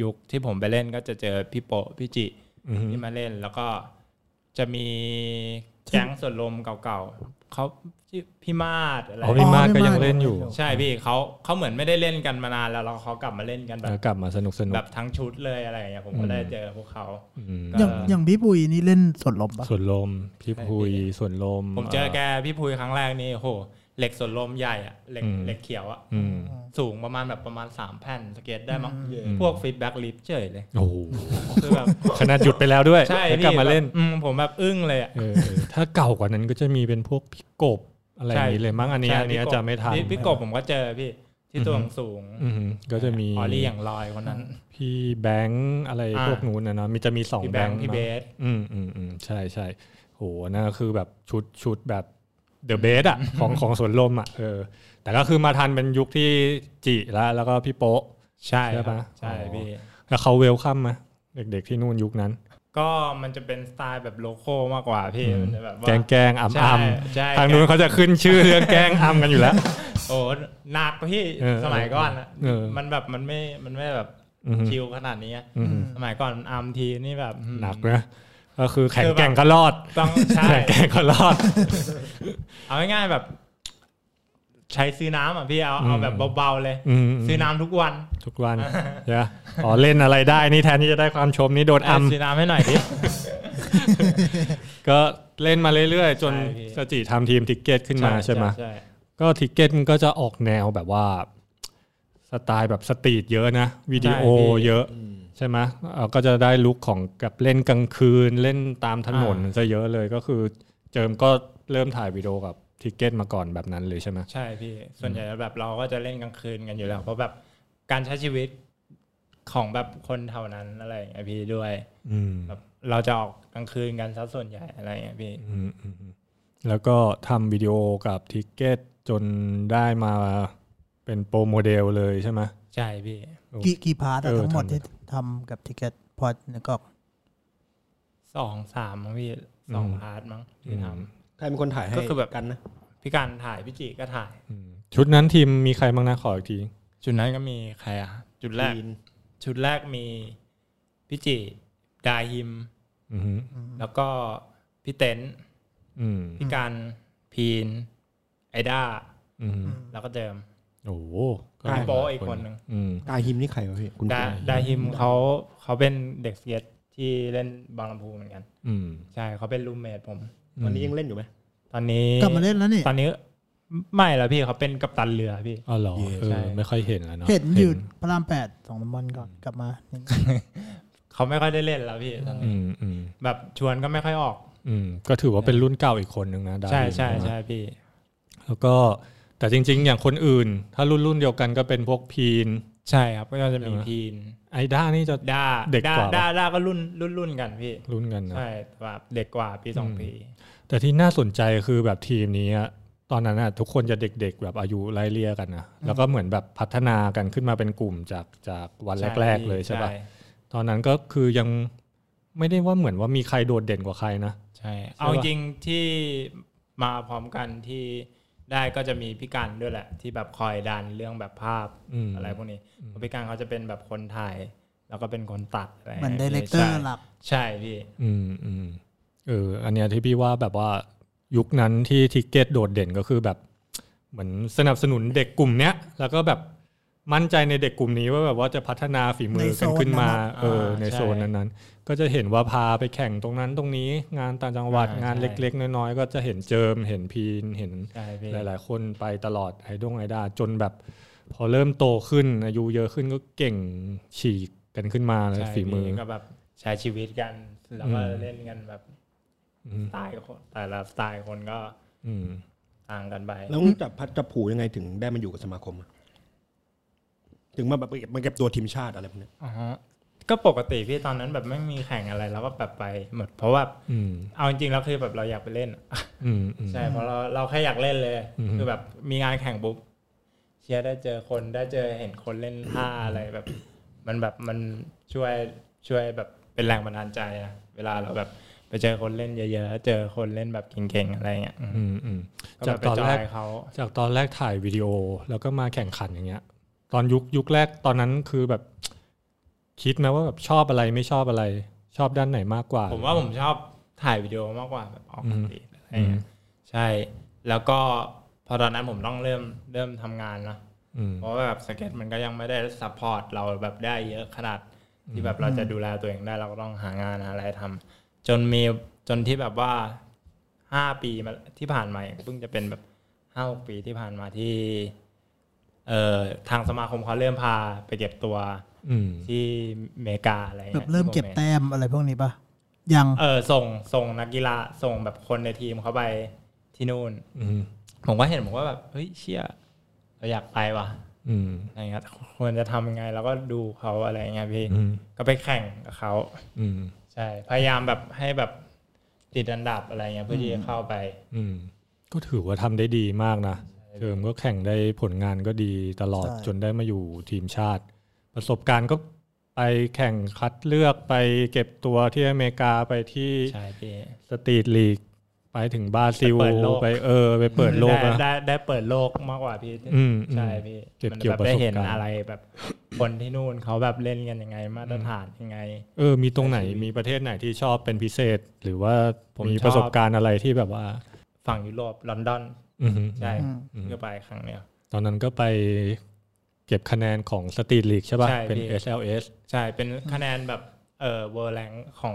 ยุคที่ผมไปเล่นก็จะเจอพี่โปะพี่จิ
อือฮึ
ที่มาเล่นแล้วก็จะมีแก๊งส่วนลมเก่าๆเขาชื่อพี่มาดอะไร
อ๋อพี่มาศก็ยังเล่นอยู่
ใช่พี่เขาเขาเหมือนไม่ได้เล่นกันมานานแล้วแล้วเขากลับมาเล่นกันแบ
เออบ กลับมาสนุกสนุ
แบ
ก
บทั้งชุดเลยอะไรอย่างเงี้ยผม
อื
ก็
ม
ได้เจอพวกเขา
อืม
อย่างอย่างพี่ปุยนี่เล่นสวนลมปะ
ส่วนลมพี่พุยส่วนลม
ผมเจอแก
า
พี่พุยครั้งแรกนี่โหเหล็กส่วนลมใหญ่อะเหล็ก
อืม
เหล็กเขียวอะ
อืม
สูงประมาณแบบประมาณสามแผ่นสเก็ตได้มั้งพวกฟีดแบ็กลิฟเฉยเลย
โอ้โห
คือแบบ
ขนาดหยุดไปแล้วด้วย
ใช่
แล้ว
พี่
กลับมาเล่น
แบบอืมผมแบบอึ้งเลยอ่ะ
เออเออถ้าเก่ากว่านั้นก็จะมีเป็นพวกพี่กบอะไรอย่างนี้เลยมั้งอันนี้
ใช่
อันนี้
พี่กบ
จะไม่ทัน
พี่พี่กบผมก็เจอพี่ที่ตัวสูง
อืมก็จะมี
ออลี่อย่างลอยคนนั้น
พี่แบงค์อะไร
อ่า
พวกนู้นนะเนาะมีจะมีสอง
พี่
แบ
แบ
ง
ง
ค์
ค์พี่
เน
เบ
อะ
ส
อืมอืมอืมใช่ใช่โหนั่นก็คือแบบชุดชุดแบบเดอะเบส อ่ะของของสวนลมอ่ะเออ แต่ก็คือมาทันเป็นยุคที่จิแล้วแล้วก็พี่โป๊ะ
ใช่
ใช่
ครั
ปะ
บใช่
อ๋อ
พี่
แล้วเขาเวลคัมไหมเด็กๆที่นู่นยุคนั้น
ก็มันจะเป็นสไตล์แบบโลโก้มากกว่าพี่มันจะแบบว่า
แกงแกงๆอ่ำ
ใช่
อ่
ใช่
ำทางนู้นเขาจะขึ้นชื่อเรื่องแกงอ่ำกันอยู่แล้ว
โอ้หนักกว่าพี่
เออ
สมัยก่อนอะ
เออ
มันแบบมันไม่มันไม่แบบ
อือฮึ
ชิลขนาดนี้อะสมัยก่อนอาร์มทีนี่แบบอืม
หนักนะก็คือแข่ง
คือแบบ
แกร่งก็รอด
ต้องใช่
แข่งแกร่งก็รอด
เอาง่ายๆแบบ ใช้ซื้อน้ำอ่ะพี่เอา
อืม
เอาแบบเบาๆเลย
อืม
ซื้อน้ำทุกวัน
ทุกวันนะอ๋อเล่นอะไรได้นี่แทนที่จะได้ความชมนี่โดนอัม
ซื้อน้ำให้หน่อยดิ
ก็เล่นมาเรื่อยๆ จน
ใช่พี่
สจิทำทีมทิกเก็ตขึ้นมาใช่ไหม
ใช่
ก็ทิกเก็ตมันก็จะออกแนวแบบว่า สไตล์แบบสตรีทเยอะนะ วิดีโอเยอะใช่ไหมเอ่อก็จะได้ลุคของกับเล่นกลางคืนเล่นตามถนนซะเยอะเลยก็คือเจิมก็เริ่มถ่ายวิดีโอกับทิกเก็ตมาก่อนแบบนั้นเลยใช่ไหม
ใช่พี่ ส่วนใหญ่แบบเราก็จะเล่นกลางคืนกันอยู่แล้ว เพราะแบบการใช้ชีวิตของแบบคนเท่านั้นอะไรอย่างเงี้ยพี่ด้วย แบบเราจะออกกลางคืนกันซะส่วนใหญ่อะไรอย่างเงี้ยพี่
อืมอืมอืมแล้วก็ทำวิดีโอกับทิกเก็ตจนได้มาเป็นโปรโมเดลเลยใช่ไหม
ใช่พี่
กี่กี่พาร์ทอะ
เออ
ทั้งหมด
ทำ
ที่ทำกับทิกเก็ตพอนึกออก
สองสามมั้งพี่สองพาร์ทมั้งที่ท
ใครเป็นคนถ่ายให้
ก็คือแบบ
กันนะ
ำพี่การถ่ายพี่จีก็ถ่าย
อืมชุดนั้นทีมมีใครบ้างนะขออีกที
จุดนั้นก็มีใครอ่ะ จุดแรก
จีน
ชุดแรกมีพี่จีดาฮิม
อืม
แล้วก็พี่เต็นท์
อืม
พี่การพีน ไอด้า
อืม
แล้วก็เดิม
โอ้โหก็
พี่โป้อีก
หลาย
คนหนึ่ง
อืม
กายฮิมนี่ใครวะพี่คุณ
ดาดาฮิมเขาเขาเป็นเด็กสเก็ตที่เล่นบางลำพูเหมือนกัน
อืม
ใช่เขาเป็นรูมเมทผม
วันนี้ยังเล่นอยู่ไหม
ตอนนี้
กลับมาเล่นแล้วนี่
ตอนนี้ไม่แล้วพี่เขาเป็นกัปตันเรือพี่
อ๋อเหรอเอ
ใช่
อไม่ค่อยเห็นแล้วเนาะ
เห็นอยู่พระรามแปดสองน้ำมันก่อนกลับมานิดนึง
เขาไม่ค่อยได้เล่นแล้วพี่ตอนนี้
อืมอืม
แบบชวนก็ไม่ค่อยออก
อืมก็ถือว่าเป็นรุ่นเก่าอีกคนหนึ่งนะดา
ใช่
วิน
ใช่
ไหม
ใช่พี่
แล้วก็แต่จริง ๆ อย่างคนอื่น ถ้ารุ่นรุ่นเดียวกันก็เป็นพวกพีน
ใช่ครับก็จะมี
ใช่ไหม
พีน
ไอด้านี่จะ
ด้า
เด็กกว่า
ด้าด้าก็รุ่นรุ่นรุ่นกันพี่
รุ่นกันนะ
ใช่แบบเด็กกว่าปีสอง
อืม
ปี
แต่ที่น่าสนใจคือแบบทีมนี้อะตอนนั้นอะทุกคนจะเด็ก ๆ แบบอายุไล่เลี่ยกันนะแล้วก็เหมือนแบบพัฒนากันขึ้นมาเป็นกลุ่มจากจากวันแรก ๆ เลยใช่ปะตอนนั้นก็คือยังไม่ได้ว่าเหมือนว่ามีใครโดดเด่นกว่าใครนะ
ใช่ เอาจริงๆที่มาพร้อมกันที่ได้ก็จะมีพี่กันด้วยแหละ ที่แบบคอยดันเรื่องแบบภาพ
อืม
อะไรพวกนี้เพราะพี่กันเขาจะเป็นแบบคนถ่ายแล้วก็เป็นคนตัดะไร
เหมือนไดเรคเตอ
ใช่
ร์หลัก
ใช่พี่
อืมอืมเอออันเนี้ยที่พี่ว่าแบบว่ายุคนั้นที่ทิกเก็ตโดดเด่นก็คือแบบ เหมือนสนับสนุนเด็กกลุ่มเนี้ยแล้วก็แบบมั่นใจในเด็กกลุ่มนี้ว่าแบบว่าจะพัฒนาฝีมือ
ในโซ
กัน
น
ขึ้นมา
นั้นอะ
เออ
อ่า
ใน
ใช่
โซนนั้นๆก็จะเห็นว่าพาไปแข่งตรงนั้นตรงนี้ งานต่างจังหวัด
อ่าง
งาน
ใช่
เล็ก ๆ น้อยๆ ก็จะเห็นเจิมเห็นพีนเห็น
ใช่พี่
หลาย ๆ คนไปตลอดไอดงไอดาจนแบบ พอเริ่มโตขึ้นอายุเยอะขึ้นก็เก่งฉีกกันขึ้นมาเลย
ใช่
ฝีมือ
ก็แบบใช้ชีวิตกัน แล้วก็
อืม
เล่นกันแบบ
อืม
สไตล์คนแต่ละสไตล์คนก็
อืม
ต่างกันไป
แล้วจับพัดจับผูยังไงถึงได้มาอยู่กับสมาคมอะถึงมาแบบมาเก็บตัวทีมชาติอะไรพวกเนี้ย
อ่าฮะก็ปกติพี่ตอนนั้นแบบไม่มีแข่งอะไรเราก็แบบไปหมดเพราะว่า
อืม
เอาจริงๆแล้วคือแบบเราอยากไปเล่นอะ
อืมอืม
ใช่เพราะเราเราแค่อยากเล่นเลย
อือฮึ
คือแบบมีงานแข่งปุ๊บเชียร์ได้เจอคนได้เจอเห็นคนเล่นท่าอะไรแบบ มันแบบมันช่วยช่วยแบบเป็นแรงบันดาลใจนะเวลาเราแบบไปเจอคนเล่นเยอะๆเจอคนเล่นแบบเก่งๆอะไรเงี้ยอืม
อืมอืม
จา
จาก ก
ต
ต
อ
อน น
แร
แร
ก
ก
เขา
จากตอนแรกถ่ายวิดีโอแล้วก็มาแข่งขันอย่างเงี้ย ตอนยุคยุคแรกตอนนั้นคือแบบ คิดไหมว่าแบบชอบอะไรไม่ชอบอะไร ชอบด้านไหนมากกว่า
ผมว่าผมชอบถ่ายวิดีโอมากกว่าแบบออก
อืม
กำลังกายอะไรเงี้ยใช่ แล้วก็พอตอนนั้นผมต้องเริ่มเริ่มทำงานเนอะ
อืม
เพราะว่าแบบสเก็ตมันก็ยังไม่ได้ซัพพอร์ตเราแบบได้เยอะขนาดที่แบบเราจะดูแลตัวเองได้เราก็ต้องหางานหาอะไรทำจนมีจนที่แบบว่าห้าปีมาที่ผ่านมาเพิ่งจะเป็นแบบห้าหกปีที่ผ่านมาที่เอ่อทางสมาคมเขาเริ่มพาไปเก็บตัว
อืม
ที่อเมริกาอะไร
แบ
เงี้
บ
ย
เริ่ม
ที่
เก็บ
ผห็น
แต้มอะไรพวกนี้ปะยัง
เออส่งส่งนักกีฬาส่งแบบคนในทีมเขาไปที่นู่น
อืม
ผมก็เห็นผมก็แบบเฮ้ยเชี่ยเราอยากไปว่ะ
อืม
อะไรเงี้ยควรจะทำยังไงเราก็ดูเขาอะไรเงี้ยพี่
อืม
ก็ไปแข่งกับเขา
อืม
ใช่พยายามแบบให้แบบติดอันดับอะไรเงี้ยเพื่อที่จะเข้าไป
อืมก็ถือว่าทำได้ดีมากนะเทอมก็แข่งได้ผลงานก็ดีตลอดจนได้มาอยู่ทีมชาติ ประสบการณ์ก็ไปแข่งคัดเลือกไปเก็บตัวที่อเมริกาไปที่
ใช่พี่
สตรีทลีก ไปถึงบราซิล
ไปเปิดโลก
ไปเออ ไปเปิดโลก
ได
นะ
ได้ได้เปิดโลกมากกว่าพี่
อืม
ใช่
อืม
พี่
เก็บ
มัน
เกี่ยว
แบบ
ประ
ได้
สบ
เห็น
การณ์
อะไรแบบคนที่นู่นเขาแบบเล่นกันยังไงมาตรฐานยังไง
เออ มีตรงไหนมีประเทศไหนที่ชอบเป็นพิเศษ หรือว่า
ผม
มี
ชอบ
ประสบการณ์อะไรที่แบบว่า
ฝั่งยุโรปลอนดอน
อือฮึ
ใช่
อืม
เพื่อไปครั้งเนี้ย
ตอนนั้นก็ไปเก็บคะแนนของสตรีทลีกใช่ป่ะ
ใช่
เป็น
พี่
SLS
ใช่ เป็นคะแนนแบบเออเวอร์แรงของ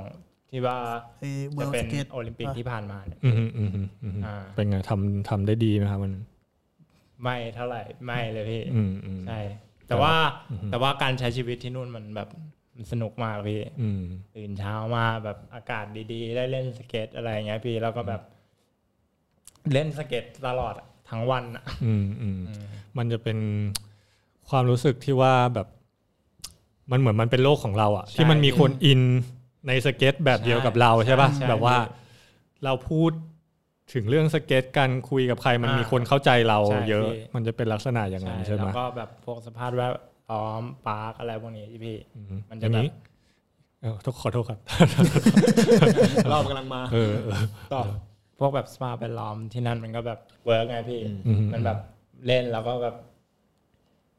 ที่ว่า
ไอ้เว
จะ
ล
เป็น
สเก็ต
โอลิมปิกที่ผ่านมาเนี่ย
อือฮึอือฮึอือฮึ
อ่า
เป็นไงทำทำได้ดีไหมครับมัน
ไม่เท่าไหร่ไม่เลยพี่
อืมอืม
ใช่ แต่ว่าแต่ว่าการใช้ชีวิตที่นู่นมันแบบมันสนุกมากพี่
อืม
ตื่นเช้ามาแบบอากาศดีๆ ได้เล่นสเก็ตอะไรอย่างเงี้ยพี่แล้วก็แบบ เล่นสเก็ตตลอดอะทั้งวันอะ
อืมอืมมันจะเป็นความรู้สึกที่ว่าแบบ มันเหมือนมันเป็นโลกของเราอะ
ใช่
ที่มันมีคนอินในสเก็ตแบบเดียวกับเราใช่ป่ะ
ใช่
แบบว่าเราพูดถึงเรื่องสเก็ตกันคุยกับใครมัน
อ่ามี
มีคนเข้าใจเรา
ใช่
เยอะ
พี่
มันจะเป็นลักษณะอย่างนั้นใช่ไหม
แล้วก็แบบพวกสภาพแวดล้อมปาร์คอะไรพวกนี้พี่
อืม
มัน
อ
จะ
ย่าง
แบบ
นี้เอ้าขอโทษ ครับ
รอบกำลังมา
เออเออ
ต่อ
พวกแบบสภาพแวดล้อมที่นั่นมันก็แบบเวิร์กไงพี่
อืม
มันแบบเล่นแล้วก็แบบ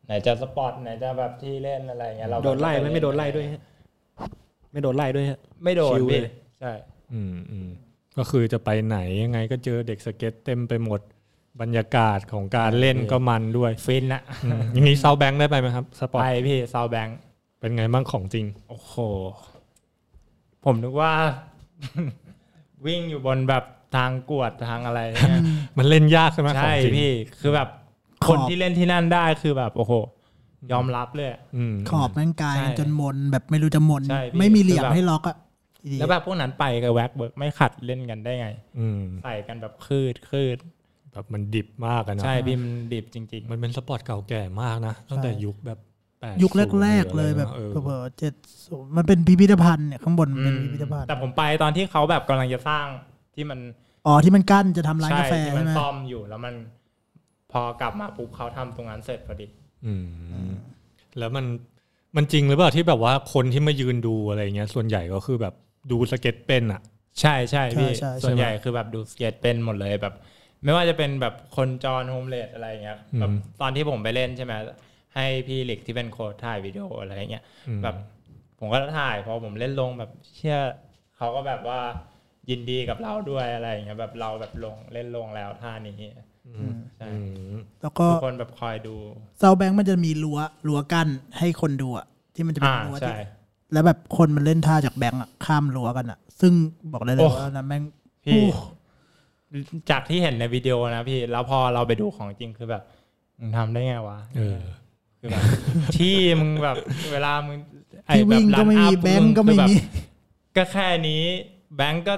ไหนจะสปอร์ตไหนจะแบบที่เล่นอะไรอย่างเงี้ยเรา
โดนไล่ไหมไม่โดนไล่ด้วยฮะไม่โดนไล่ด้วยฮะ
ไม่โดน
ชิล
พี่
เลย
ใช่
อืมอืมก็คือจะไปไหนยังไงก็เจอเด็กสเก็ตเต็มไปหมดบรรยากาศของการเล่นก็มันด้วย
ฟินอะ
อืมอย่างนี้เซาแบงค์ได้ไปไหมครับสปอร์
ไป
ต
พี่ซาวแบงค์
เป็นไงบ้างของจริง
โอ้โห ผมนึกว่า วิ่งอยู่บนแบบทางกวดทางอะไรเนี่ย
มันเล่นยากใช่ไหมขอ
ใช่
งจริง
พี่คือแบบคนที่เล่นที่นั่นได้คือแบบ โอ้โห ยอมรับเลยอะ
อืม
ขอบแม่งกาย
ใช่
จนมนแบบไม่รู้จะมน
ใช่พี่
ไม่มีเหลี่ยม
คือแบบ
ให้ล็อกอ่ะอีเหี้ย
แล้วแบบพวกนั้นไปกับแว็กเบิร์กไม่ขัดเล่นกันได้ไง
อืม
ใส่กันแบบคืดคืด
แบบมันดิบมากอะนะ
ใช่พี่มันดิบจริง ๆ
มันเป็นสปอร์ตเก่าแก่มากนะ ตั้งแต่ยุคแบบ80
ยุคแรก ๆ เลยแบบ
ออ
เผลอๆเจ็ดศูนย์มันเป็นพิพิธภัณฑ์เนี่ยข้างบนมันเป็น
อืม
พิพิธภัณฑ์
แต่ผมไปตอนที่เขาแบบกำลังจะสร้างที่มัน
อ๋อที่มันกั้นจะทำร้าน
ใช่
กาแฟ
ที่มั
ใช่
น
ไหม
ซ่อมอยู่แล้วมัน พอกลับมาปุ๊บเขาทำตรงนั้นเสร็จพอดี
อืมแล้วมันมันจริงหรือเปล่าที่แบบว่าคนที่มายืนดูอะไรเงี้ย ส่วนใหญ่ก็คือแบบดูสเก็ตเป็นอะ
ใช่ใช่
ใช่
พี่
ใช่
ส่วนใหญ่คือแบบดูสเก็ตเป็นหมดเลยแบบ ไม่ว่าจะเป็นแบบคนจรโฮมเลดอะไรเงี้ยแบบ
อืม
ตอนที่ผมไปเล่นใช่ไหมให้พี่หลิกที่เป็นโค้ชถ่ายวิดีโออะไรเงี้ย
อืม
แบบ ผมก็ถ่ายพอผมเล่นลงแบบเชื่อเขาก็แบบว่ายินดีกับเราด้วยอะไรเงี้ยแบบเราแบบลงเล่นลงแล้วท่านี้
อืม
ใช่
อืม
แล้วก็
ทุกคนแบบคอยดู
เซาแบงค์มันจะมีรั้วรั้วกั้นให้คนดูอ่ะที่มันจะเป็น
อ่า
รั้วที่
ใช่
แล้วแบบคนมันเล่นท่าจากแบงค์อะข้ามรั้วกันอ่ะ ซึ่งบอกได้เลย
โอ้
ว่านั้นแม่ง
พี่
โอ้
จากที่เห็นในวิดีโอนะพี่แล้วพอเราไปดูของจริงคือแบบมึงทำได้ไงวะ
เออ
คือแบบ ที่มึงแบบเวลามึงไอ้
ที่วิ่งก็ไม่มี
บบ
แบ
run
ง
up
ก์ก็ไม่
คือแบบ
มี
ก็แค่นี้ แบงก์ก็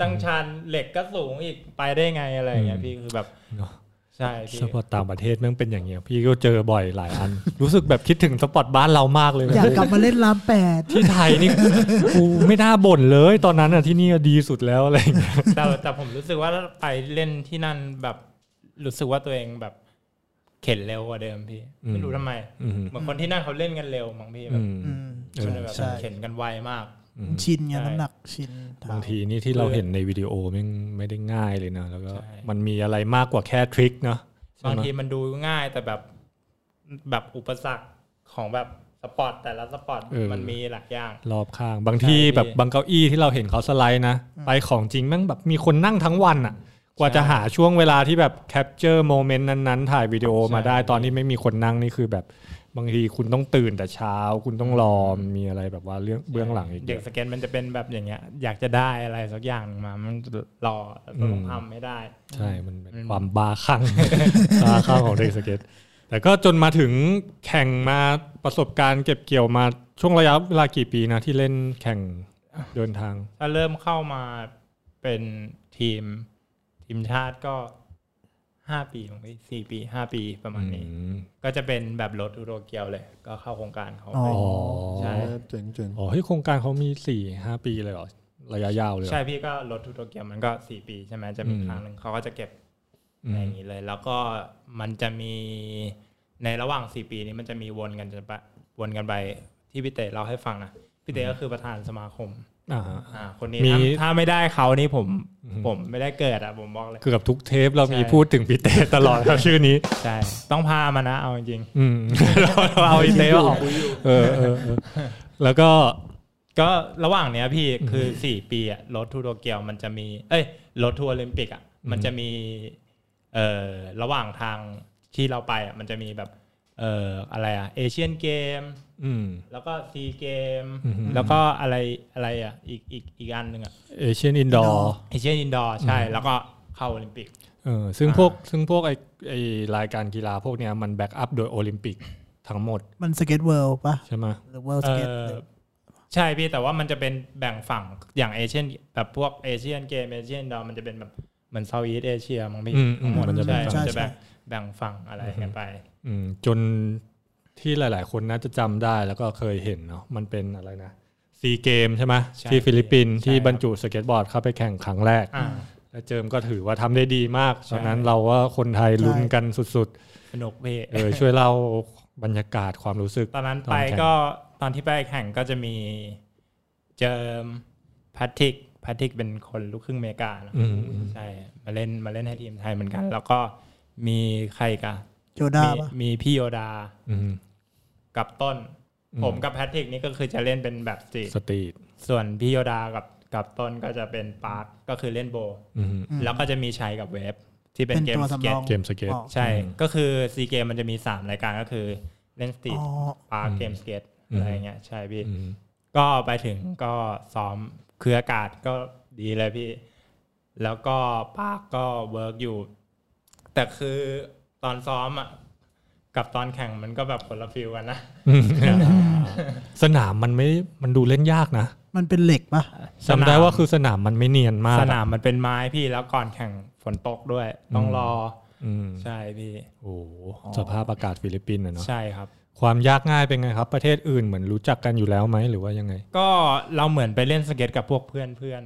ตั้งชันเหล็กก็สูงอีกไปได้ไงอะไรอย่างเงี้ย
อืม
พี่คือแบบ
เนาะ
ใช่พี่
สปอร์ตต่างประเทศแม่งเป็นอย่างเงี้ย พี่ก็เจอบ่อยหลายอัน รู้สึกแบบคิดถึงสปอร์ตบ้านเรามากเลย
อยากกลับมาเล่นรามแปด
ที่ไทยนี่ กูไม่น่าบ่นเลยตอนนั้นอ่ะที่นี่อะดีสุดแล้วอะไรอย่างเงี้ย
แต่แต่ผมรู้สึกว่าไปเล่นที่นั่นแบบรู้สึกว่าตัวเองแบบเข็นเร็วกว่าเดิมพี่
อืม
ไม่รู้ทำไม
อืม
เหมือนคนที่นั่นเขาเล่นกันเร็วมั้งพี่แบ
อื
บ
ม
อืม
เออ
คนแบบ
ใช่
เข็นกันไวมาก
อืม
ชินไง
ใช่
น้ำหนักชิน
บางทีนี่ที่เราเห็นในวิดีโอแม่งไม่ได้ง่ายเลยนะ แล้วก็มันมีอะไรมากกว่าแค่ทริคเนาะใช่
บาง
ไหม
ทีมันดูง่ายแต่แบบแบบอุปสรรคของแบบสปอร์ตแต่ละสปอร์ตมันมีหลายอย่าง
รอบข้าง บางที่
ใช่พี่
แบบบางเก้าอี้ที่เราเห็นเขาสไลด์นะ ไปของจริงแม่งแบบมีคนนั่งทั้งวันอ่ะ กว่าจะหาช่วงเวลาที่แบบแคปเจอร์โมเมนต์นั้นๆ ถ่ายวิดีโอมา
ใช่
ได้ตอนที่ไม่มีคนนั่งนี่คือแบบบางทีคุณต้องตื่นแต่เช้า คุณต้องรอมันมีอะไรแบบว่าเรื่องเบื้องหลังอีกเย
เด็ก
อะ
สเก็ตมันจะเป็นแบบอย่างเงี้ย อยากจะได้อะไรสักอย่างหนึ่งมา มันรอแล้วก็
อืม
ทำไม่ได้
ใช่ มันเป็น
มัน
ความบ้าคลั่ ง บ้าคลั่งของเด็กสเก็ต แต่ก็จนมาถึงแข่งมาประสบการณ์เก็บเกี่ยวมาช่วงระยะเวลากี่ปีนะที่เล่นแข่งเดินทาง
ถ้าเริ่มเข้ามาเป็นทีม ทีมชาติก็ห้าปีของพี่สี่ปีห้าปีประมาณนี้ ก็จะเป็นแบบรถอุโรเกียวเลย ก็เข้าโครงการเขา
อ๋อ
ไป
อ๋อ
ใช่
เจ๋งเจ๋ง
อ๋อที่โครงการเขามีสี่ห้าปีเลยเหรอ ระยะยาวเลยเหรอ
ใช่พี่ก็รถอุโรเกียวมันก็สี่ปีใช่ไหมจะมีครั้งหนึ่งเขาก็จะเก็บ
อื
อะไร
ม
อย่างนี้เลย แล้วก็มันจะมีในระหว่างสี่ปีนี้มันจะมีวนกันจะปะวนกันไปที่พี่เต๋เล่าให้ฟังนะพี่เต๋ก็คือประธานสมาคม
อ่าฮะ
อ่าคนนี้
มี
ถ้าถ้าไม่ได้เขานี่ผมผมไม่ได้เกิดอ่ะผมบอกเลย
เกือบทุกเทปเรามี
ใช่
พูดถึงพี่เต้ตลอดครับชื่อนี้
ใช่ต้องพามานะเอาจริง
อื ม
เราเราเอาอีเต้ออก
เออเออเออแล้วก็
ก็ระหว่างเนี้ยพี่คือสี่ปีอะรถทัวร์โตเกียวมันจะมี เอ้ยรถทัวร์โอลิมปิกอะมันจะมีเอ่อระหว่างทางที่เราไปอะมันจะมีแบบเอ่ออะไรอะเอเชียนเกม
อืม
แล้วก็ซีเกม แล้วก็อะไรอะไรอะอีกอีกอีกอันหนึ่งอะ
เอเชียนอินดอร์
เอเชียนอินดอร์ใช่ แล้วก็เข้าโอลิมปิก
เออซึ่ง
อ่า
พวกซึ่งพวกไอไอรายการกีฬาพวกเนี้ยมันแบ็กอัพโดยโอลิมปิกทั้งหมด
มันสเก็ตเวิลด์ปะ
ใช่ไหม
หรือเวิลด์
เอ
สเก็ต
อใช่พี่แต่ว่ามันจะเป็นแบ่งฝั่งอย่างเอเชียนแบบพวกเอเชียนเกมเอเชียนดอมันจะเป็นแบบเหมือนเซาท์อีสเอเชียมั้งพี่
อืมอืม
หมด
มันจะ
ใช่
เป็น
มันจะแบ่งแบ่งฝั่งอะไรกันไป
อืมจนที่หลาย ๆ คนน่าจะจำได้แล้วก็เคยเห็นเนาะมันเป็นอะไรนะซีเกมใช่ไหมที่ฟิลิปปินส์ที่บรรจุสเก็ตบอร์ดเข้าไปแข่งครั้งแรก
อ่า
และเจิมก็ถือว่าทำได้ดีมาก
ใช่
ตอนนั้นเราว่าคนไทยลุ้นกันสุด
สนุกพี่
ๆเออช่วยเล่าบรรยากาศความรู้สึก
ตอนนั้นไปก็ตอนที่ไปแข่งก็จะมีเจิมแพทริกแพทริกเป็นคนลูกครึ่งอเมริกาเนอะ
อืมอืม
ใช่มาเล่นมาเล่นให้ทีมไทยเหมือนกัน แล้วก็มีใครกัน
โจด้า
มี
ปะ
มีพี่โยดา
อืม
กับต้น
อืม
ผมกับแพทริกนี่ก็คือจะเล่นเป็นแบบสตรีท
สตรีท
ส่วนพี่โยดากับกับต้นก็จะเป็นปาร์คก็คือเล่นโบว์
อืม
แล้วก็จะมีชัยกับเวฟที่เป็น
เป็น
เกม
ตัว
ส
สำ
เก็
ร
ต
อง
เกมสเก็ต
ออก
ใช่ก็คือซีเกมมันจะมี 3 รายการก็คือเล่นสตรีท
อ๋อ
ปาร์คเกมสเก็ตอะไรเงี้ยใช่พี่
อืม
ก็ไปถึงก็ซ้อมคืออากาศก็ดีเลยพี่ แล้วก็ปากก็เวิร์กอยู่ แต่คือตอนซ้อมอ่ะกับตอนแข่งมันก็แบบคนละฟิลกันนะ
สนามมันไม่ มันดูเล่นยากนะ
มันเป็นเหล็กปะ
จำได้ว่าคือสนามมันไม่เนียนมาก
สนามมันเป็นไม้พี่แล้วก่อนแข่งฝนตกด้วย ต้องรอ
อืม
อใช่พี่
โอ้โหสภาพอากาศฟิลิปปินส์นะเนาะ
ใช่ครับ
ความยากง่ายเป็นไงครับ ประเทศอื่นเหมือนรู้จักกันอยู่แล้วไหมหรือว่ายังไง
ก็เราเหมือนไปเล่นสเก็ตกับพวกเพื่อนเพื่อน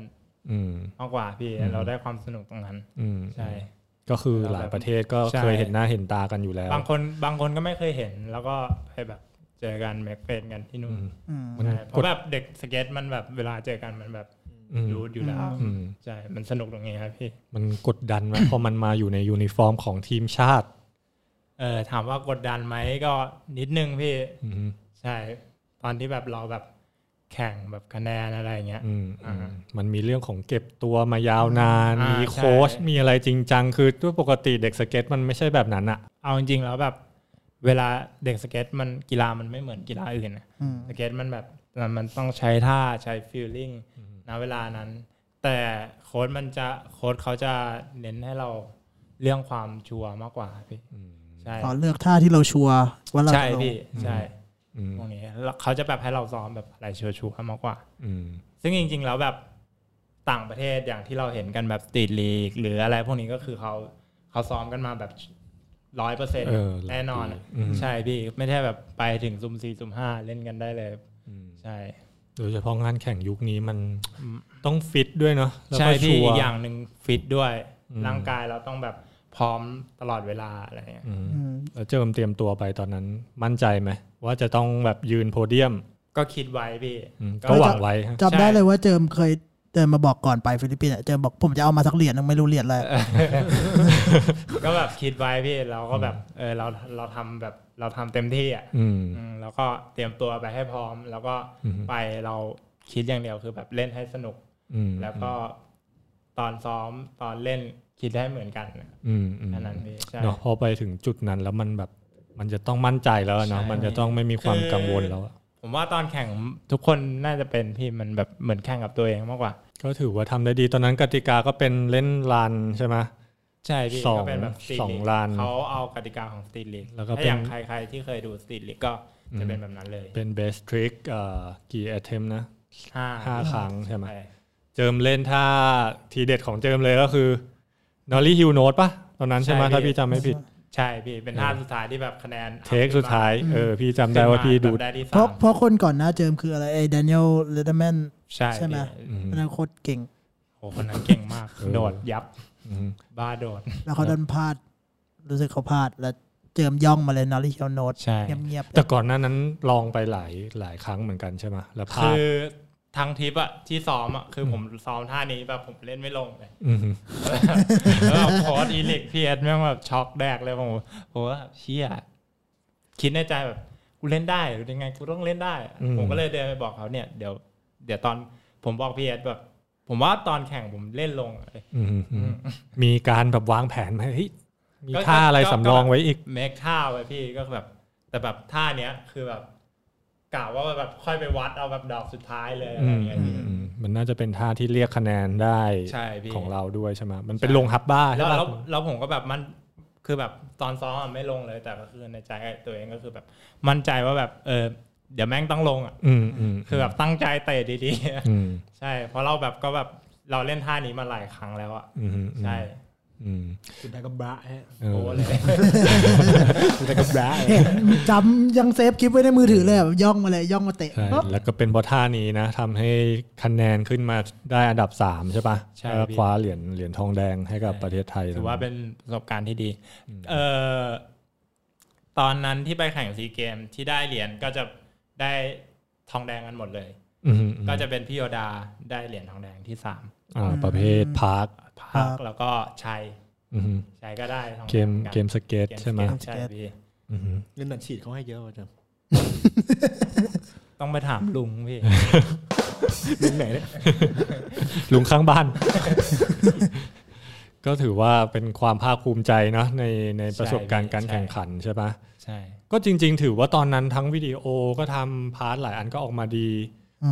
อืม
ๆมากกว่าพี่เราได้ความสนุกตรงนั้น
อืม
ใช่
ก็คือหลายประเทศก็
ใช่
เคยเห็นหน้าเห็นตากันอยู่แล้ว
บางคนบางคนก็ไม่เคยเห็น แล้วก็ไปแบบเจอกันแม็กเฟนกันที่นู่น
อืม
มัน
ใช่เพ
กด
ราะแบบเด็กสเก็ตมันแบบเวลาเจอกันมันแบบ
อืม
รู้อยู่แล้ว
อืม
ใช่มันสนุกตรงนี้ครับพี่
มันกดดันไหม พอมันมาอยู่ในยูนิฟอร์มของทีมชาติ
เออถามว่ากดดันไหมก็นิดนึงพี่
อืม
ใช่ ตอนที่แบบเราแบบแข่งแบบคะแนนอะไรอย่างเงี้ย
อืมอืมมันมีเรื่องของเก็บตัวมายาวนาน
อ่ามี
มีโค้ช
ใช่
มีอะไรจริงจังคือด้วยปกติเด็กสเก็ตมันไม่ใช่แบบนั้นอะ
เอาจริงๆแล้วแบบเวลาเด็กสเก็ตมันกีฬามันไม่เหมือนกีฬาอื่นนะ
อืม
สเก็ตมันแบบมันมันต้องใช้ท่าใช้ฟีลลิ่งณเวลานั้น แต่โค้ชมันจะโค้ชเขาจะเน้นให้เราเรื่องความชัวร์มากกว่าพี่ใช่
ขอเลือกท่าที่เราชัวร์ว่าเรา
ใช่
จะลง
พี่ใช่
อืม
ตรงนี้แล้วเขาจะแบบให้เราซ้อมแบบอะไรชัวร์ๆมากกว่า
อืม
ซึ่งจริง ๆ แล้วแบบต่างประเทศอย่างที่เราเห็นกันแบบสตรีทลีกหรืออะไรพวกนี้ก็คือเขาเขาซ้อมกันมาแบบร้อยเปอร์เซ็นต์
เออ
แน่นอนอะ
อืม
ใช่พี่ไม่ใช่แบบไปถึงซุมสี่ซุมห้าเล่นกันได้เลย ใช่
โดยเฉพาะงานแข่งยุคนี้มันต้องฟิตด้วยเนาะแล้ว
ใช่
ก็
พี่
ชัว
อี
ร์
กอย่างหนึ่งฟิตด้วย ร่างกายเราต้องแบบพร้อมตลอดเวลาอะไรอย่างเงี้ย
อืม
แล้วเจิมเตรียมตัวไปตอนนั้นมั่นใจไหมว่าจะต้องแบบยืนโพเดียม
ก็คิดไว้พี่
อืมก็หวังไว้ฮะ
จำได้
ใช่
เลยว่าเจิมเคยเดินมาบอกก่อนไปฟิลิปปินส์อะเจิมบอกผมจะเอามาสักเหรียญนึงไม่รู้เหรียญอะไร
ก็แบบคิดไว้พี่เราก็แบบเออเราเราทำแบบเราทำเต็มที่อ่ะ
อืม
อืมแล้วก็เตรียมตัวไปให้พร้อม แล้วก็
อือฮึ
ไปเราคิดอย่างเดียวคือแบบเล่นให้สนุก
อืม
แล้วก็ตอนซ้อมตอนเล่นคิดให้เหมือนกันนะ
อืมอืม
อันนั้นพี่ใช่
เนาะพอไปถึงจุดนั้นแล้วมันแบบมันจะต้องมั่นใจแล้วอะเนาะ
ใช่
มันจะต้องไม่มีความกังวลแล้วอะ
ผมว่าตอนแข่งทุกคนน่าจะเป็นพี่มันแบบเหมือนแข่งกับตัวเองมากกว่า
ก็ถือว่าทำได้ดีตอนนั้นกติกาก็เป็นเล่นลานใช่ไหม
ใช่พี่
สอง
ก็เป็นแบบสตรีท
สอง
ลีก
ลาน
เขาเอากติกาของสตรีทลีก
แล้วก็
ถ้าอย่าง
เป็น
ใครๆที่เคยดูสตรีทลีกก็จะเป็นแบบนั้นเลย
เป็นเบสทริกเอ่อกี่แอเทมนะ
ห้า
ห้าครั้งใช่ไหม
ใช่
เจิมเล่นท่าทีเด็ดของเจิมเลยก็คือนอรี่ฮิวโนดปะตอนนั้นใช่ไหมถ้าพี่จำไม่ผิด
ใช่พี่เป็นท่าสุดท้ายที่แบบคะแนน
เทคสุดท้ายเออพี่จำได้ว่าพี่ดู
แบบได้ที่
เพ
สา
ราะ
ม
เพราะคนก่อนหน้าเจิมคืออะไรไอ้แดเนียลเลดแมน
ใช่
ใช่ไหม
พี่
อืม
เป็นโคตรเก่ง
โอ้คนนั้นเก่งมาก
เออ
โดดยับ
อืม
บ้าโดด
แล้วเขาดันพลาด รู้สึกเขาพลาด แล้วเจิมย่องมาเลยนอริเคียวโนด
ใช่
เงียบๆเลย
แต่ก่อนหน้านั้นลองไปหลายหลายครั้งเหมือนกันใช่ไหมแล้วพลา
คื
ด
อ ทั้งทริปอะที่ซ้อมอะคือผมซ้อมท่านี้แบบผมเล่นไม่ลงเลย
อืม
แล้วแบบโค้ชอีเล็กเพียดแม่งแบบช็อกแดกเลยผมผมว่าเชี่ยคิดในใจแบบกูเล่นได้หรือยังไงกูต้องเล่นได้ ผมก็เลยเดินไปบอกเขาเนี่ยเดี๋ยวเดี๋ยวตอนผมบอกพีเอสแบบ ผมว่าตอนแข่งผมเล่นลงเลย
อืมอืมมีการแบบวางแผนไหมเฮ้ยมี
ก็
ท่าอะไร
ก็
สำรองไว้อีก
เมคท่าไว้พี่ก็แบบ แต่แบบท่าเนี้ยคือแบบกล่าวว่าแบบค่อยไปวัดเอาแบบดอกสุดท้ายเลยอะไรอย่างเงี้ยพี่
อืมมันน่าจะเป็นท่าที่เรียกคะแนนได้
ใช่พี่
ของเราด้วยใช่ไหมมันเป็นลงฮับบ้า
แล้
ใช่
ว
ปะ
แล้วแล้วผมก็แบบมันคือแบบตอนซ้อมอะไม่ลงเลย แต่ก็คือในใจตัวเองก็คือแบบ มั่นใจว่าแบบเออเดี๋ยวแม่งต้องลงอ่ะ
อืมอืม
คือแบบตั้งใจเตะดี
อืม
ๆ ใช่เพราะเราแบบก็แบบเราเล่นท่านี้มาหลายครั้งแล้วอ่ะ
อืมอืม
ใช่
อืม
สุดท้ายก็บระฮะ
เออ
โอ้เลย
สุดท้ายก็บระ
เห็นจำยังเซฟคลิปไว้ในมือถือเลยแบบย่องมาเลยย่องมาเตะ
ใช่
ปั๊บ
แล้วก็เป็นเพราะท่านี้นะทำให้คะแนนขึ้นมาได้อันดับสามใช่ปะ
ใช่
แล้วก็
พี่
คว้าเหรียญเหรียญทองแดงให้กับประเทศไทย
ถือว่าเป็นประสบการณ์ที่ดี เอ่อตอนนั้นที่ไปแข่งซีเกมที่ได้เหรียญก็จะได้ทองแดงกันหมดเลย
อืมอืม
ก็จะเป็นพี่โยดาได้เหรียญทองแดงที่สาม
อ่าประเภทพาร์ค
ภาคแล้วก็ชัย
อืม
ชัยก็ได้ทองแดง
เกม
หอนน
เกมสเก็ต
เก
ใช่ ไหม
สเก็ตใช่พี่
อืม
เงินดัดฉีดเขาให้เยอะว่ะจัง
ต้องไปถามลุงพี่
ลุงไหนเนี่ย
ลุงข้างบ้าน ก็ถือว่าเป็นความภาคภูมิใจเนอะในในประสบการณ์การ
ใช่
แข่งขันใช่ปะ
ใช่
ก็จริง ๆ ถือว่าตอนนั้นทั้งวิดีโอก็ทำพาร์ทหลายอันก็ออกมาดี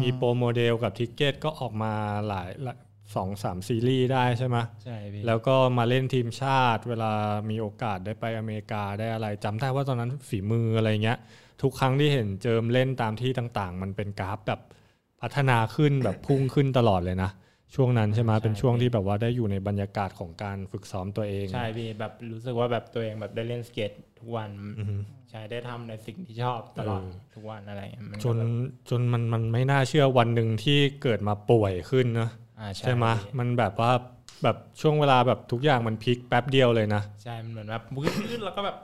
มีโปรโมเดลกับทิกเก็ตก็ออกมาหลายละสองสามซีรีส์ได้ใช่ไหม
ใช่พี่
แล้วก็มาเล่นทีมชาติ เวลามีโอกาสได้ไปอเมริกาได้อะไรจำได้ว่าตอนนั้นฝีมืออะไรเงี้ย ทุกครั้งที่เห็นเจิมเล่นตามที่ต่างๆ มันเป็นกราฟแบบพัฒนาขึ้น แบบพุ่งขึ้นตลอดเลยนะ ช่วงนั้นใช่ไหมเป็นช่วงที่แบบว่าได้อยู่ในบรรยากาศของการฝึกซ้อมตัวเอง
ใช่พี่แบบรู้สึกว่าแบบตัวเองแบบได้เล่นสเก็ตทุกวันใช่ได้ทำในสิ่งที่ชอบตลอด
เออ
ทุกวันอะไรอย่างเงี้ยมัก็
จน
แบบ
จนมันมันไม่น่าเชื่อวันหนึ่งที่เกิดมาป่วยขึ้นนะ
อ่า
ใช่ไหม
พี่
มันแบบว่าแบบช่วงเวลาแบบทุกอย่างมันพลิกแป๊บเดียวเลยนะ
ใช่ มันเหมือนแบบวืดวืดแล้วก็แบบ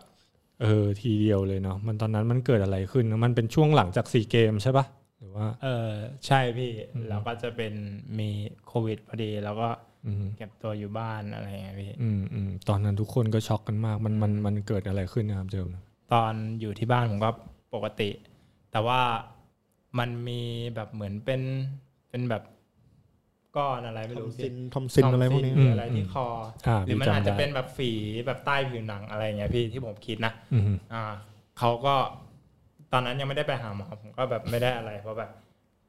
เออทีเดียวเลยเนาะมันตอนนั้นมันเกิดอะไรขึ้นนะมันเป็นช่วงหลังจากซีเกมใช่ปะหรือว่า
เออใช่พี่ แล้วก็จะเป็นมีโควิดพอดี แล้วก็
อืม
เก็บตัวอยู่บ้านอะไรอย่างเงี้ยพี่
อืมอืมตอนนั้นทุกคนก็ช็อกกันมาก มันมันมันเกิดอะไรขึ้นนะครับเจิม
ตอนอยู่ที่บ้านผมก็ปกติ แต่ว่ามันมีแบบเหมือนเป็นเป็นแบบก้อนอะไรไม่
ทอม
รู้
ซิ
พี่
นทอมซินอะไรพวกนี้
หรืออะไรที่คออา หรือมัน
พี่จำ
อาจจะ
ได้
เป็นแบบฝีแบบใต้ผิวหนังอะไรอย่างเงี้ยพี่ที่ผมคิดนะ
อืม
อ่าเขาก็ตอนนั้นยังไม่ได้ไปหาหมอผมก็แบบไม่ได้อะไร เพราะแบบ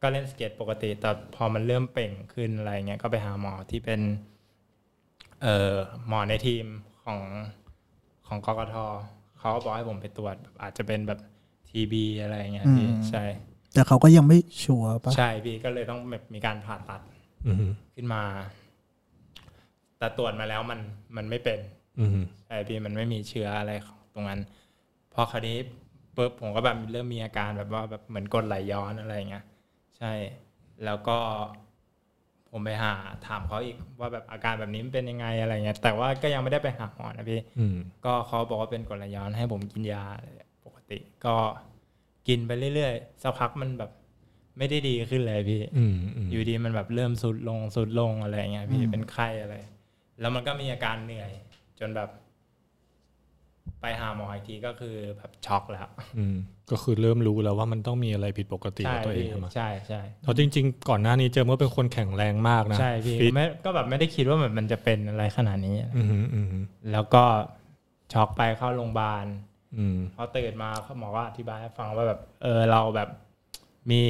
ก็เล่นสเก็ตปกติแต่พอมันเริ่มเป่งขึ้นอะไรเงี้ยก็ไปหาหมอที่เป็น เอ่อหมอในทีมของของกกทเขาก็บอกให้ผมไปตรวจแบบอาจจะเป็นแบบทีบีอะไรเงี้ยพี่ใช่
แต่เขาก็ยังไม่ชัวร์ปะ
ใช่พี่ก็เลยต้องแบบมีการผ่าตัด
อืม
ขึ้นมา แต่ตรวจมาแล้วมันมันไม่เป็น
อืม
ไอพีมันไม่มีเชื้ออะไรของตรงนั้น พอคราวนี้ปุ๊บผมก็แบบเริ่มมีอาการแบบว่าแบบเหมือนกรดไหลย้อนอะไรเงี้ยใช่ แล้วก็ผมไปหาถามเขาอีกว่าแบบอาการแบบนี้มันเป็นยังไงอะไรเงี้ยแต่ว่าก็ยังไม่ได้ไปหาหมอนะพี่
อืม
ก็เขาบอกว่าเป็นกรดไหลย้อนให้ผมกินยาปกติ ก็กินไปเรื่อยๆสักพักมันแบบไม่ได้ดีขึ้นเลยพี่
อืมอืม
อยู่ดีมันแบบเริ่มสุดลงสุดลงอะไรอย่างเงี้ยพี่เป็นไข้อะไร แล้วมันก็มีอาการเหนื่อย จนแบบ ไปหาหมออีกทีก็คือแบบช็อกแล้ว
อืมก็คือเริ่มรู้แล้วว่ามันต้องมีอะไรผิดปกติ
ใช่
กับตัวเอง
พี่
ใช่ไหม
ใช่ใช่
เพราะจริง ๆ ก่อนหน้านี้เจิมก็เป็นคนแข็งแรงมากนะ
ใช่พี่
ฟิต
ไม่ก็แบบไม่ได้คิดว่าแบบมันจะเป็นอะไรขนาดนี้
อืมอืม
แล้วก็ช็อกไปเข้าโรงพยาบาล
อืม
พอตื่นมาหมอก็อธิบายให้ฟังว่าแบบ เออเราแบบมี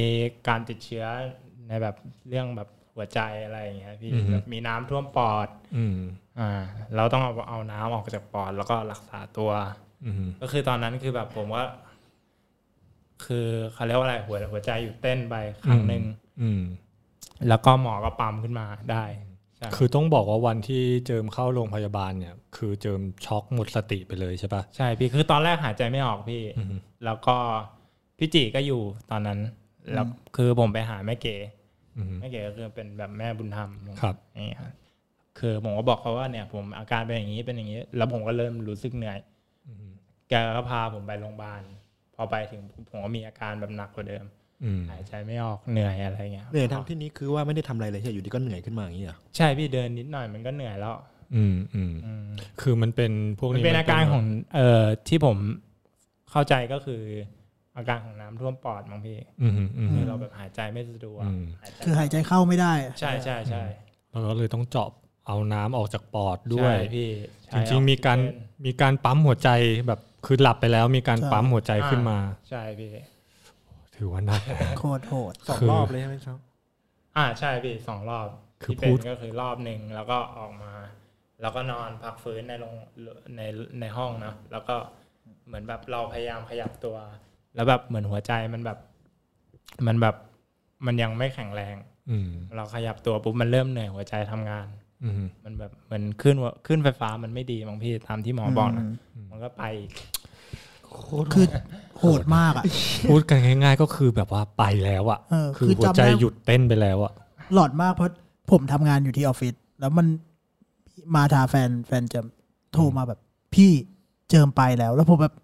การติดเชื้อในแบบเรื่องแบบหัวใจอะไรอย่างเงี้ยพี่แบบมีน้ำท่วมปอด
อืม
อ่าเราต้องเอาเอาน้ำออกจากปอดแล้วก็รักษาตัว
อืม
ก็คือตอนนั้นคือแบบผมว่า คือเขาเรียกว่าอะไรหัวหัวใจหยุดเต้นไปครั้งหนึ่ง
อืม
แล้วก็หมอก็ปั๊มขึ้นมาได้ใช่
คือต้องบอกว่าวันที่เจิมเข้าโรงพยาบาลเนี่ย คือเจิมช็อกหมดสติไปเลยใช่ปะ
ใช่พี่คือตอนแรกหายใจไม่ออกพี่ แล้วก็พี่จีก็อยู่ตอนนั้น แล้วคือผมไปหาแม่เก๋
อืม
แม่เก๋ก็คือเป็นแบบแม่บุญธรรมของ
ครับ
อย่างเงี้ยครับคือผมก็บอกเขาว่าเนี่ย ผมอาการเป็นอย่างนี้เป็นอย่างนี้ แล้วผมก็เริ่มรู้สึกเหนื่อย แกก็พาผมไปโรงพยาบาล พอไปถึงผมก็มีอาการแบบหนักกว่าเดิม
อืม
หายใจไม่ออกเหนื่อยอะไรเงี้ย
เหนื่อยทางที่นี้คือว่าไม่ได้ทำอะไรเลยใช่อยู่ดีก็เหนื่อยขึ้นมาอย่างนี้เหรอ
ใช่พี่เดินนิดหน่อยมันก็เหนื่อยแล้ว
อืมอืม
อืม
คือมันเป็นพวก
มัน
นี้
เป็นอาการของเอ่อที่ผมเข้าใจก็คืออาการของน้ำท่วมปอดมั้งพี่
อืมอืมอืม
คือเราแบบหายใจไม่สะดวก
อืม
หายใจ
คือหายใจเข้าไม่ได้
ใช่ใช่ใช่
แล้วก็เลยต้องเจาะเอาน้ำออกจากปอดด้ว
ใช่
ย
พี่ใช่
จริง ๆ มีการมีการปั๊มหัวใจแบบคือหลับไปแล้วมีการปั๊มหัวใจขึ้นมา
ใช่พี่
ถือว่าหนัก
โคตรโหด
สอง
คือ
รอบเลยใช่ไหมครับ
อ่าใช่พี่สองรอบ
คือ
ที่เป็น
พูด
ก็คือรอบหนึ่งแล้วก็ออกมา แล้วก็นอนพักฟื้นในโรงในในห้องเนอะแล้วก็เหมือนแบบเราพยายามขยับตัว แล้วแบบเหมือนหัวใจมันแบบ มันแบบมันยังไม่แข็งแรง
อืม
เราขยับตัวปุ๊บมันเริ่มเหนื่อยหัวใจทำงาน
อืม
มันแบบเหมือนขึ้นหัวขึ้นไฟฟ้ามันไม่ดีบางพี่ตามที่หมอบอกนะมันก็ไปอีก
คือโหดมากอ่ะ
พูดกันง่าย ๆ ก็คือแบบว่าไปแล้วอะ
เออ
คือ
คือ
หัวใจ
จำได้
หยุดเต้นไปแล้วอะ
หลอดมากเพราะผมทำงานอยู่ที่ออฟฟิศแล้วมันมาทาแฟนแฟนเจิมโทรมาแบบ พี่เจิมไปแล้ว แล้วผมแบบ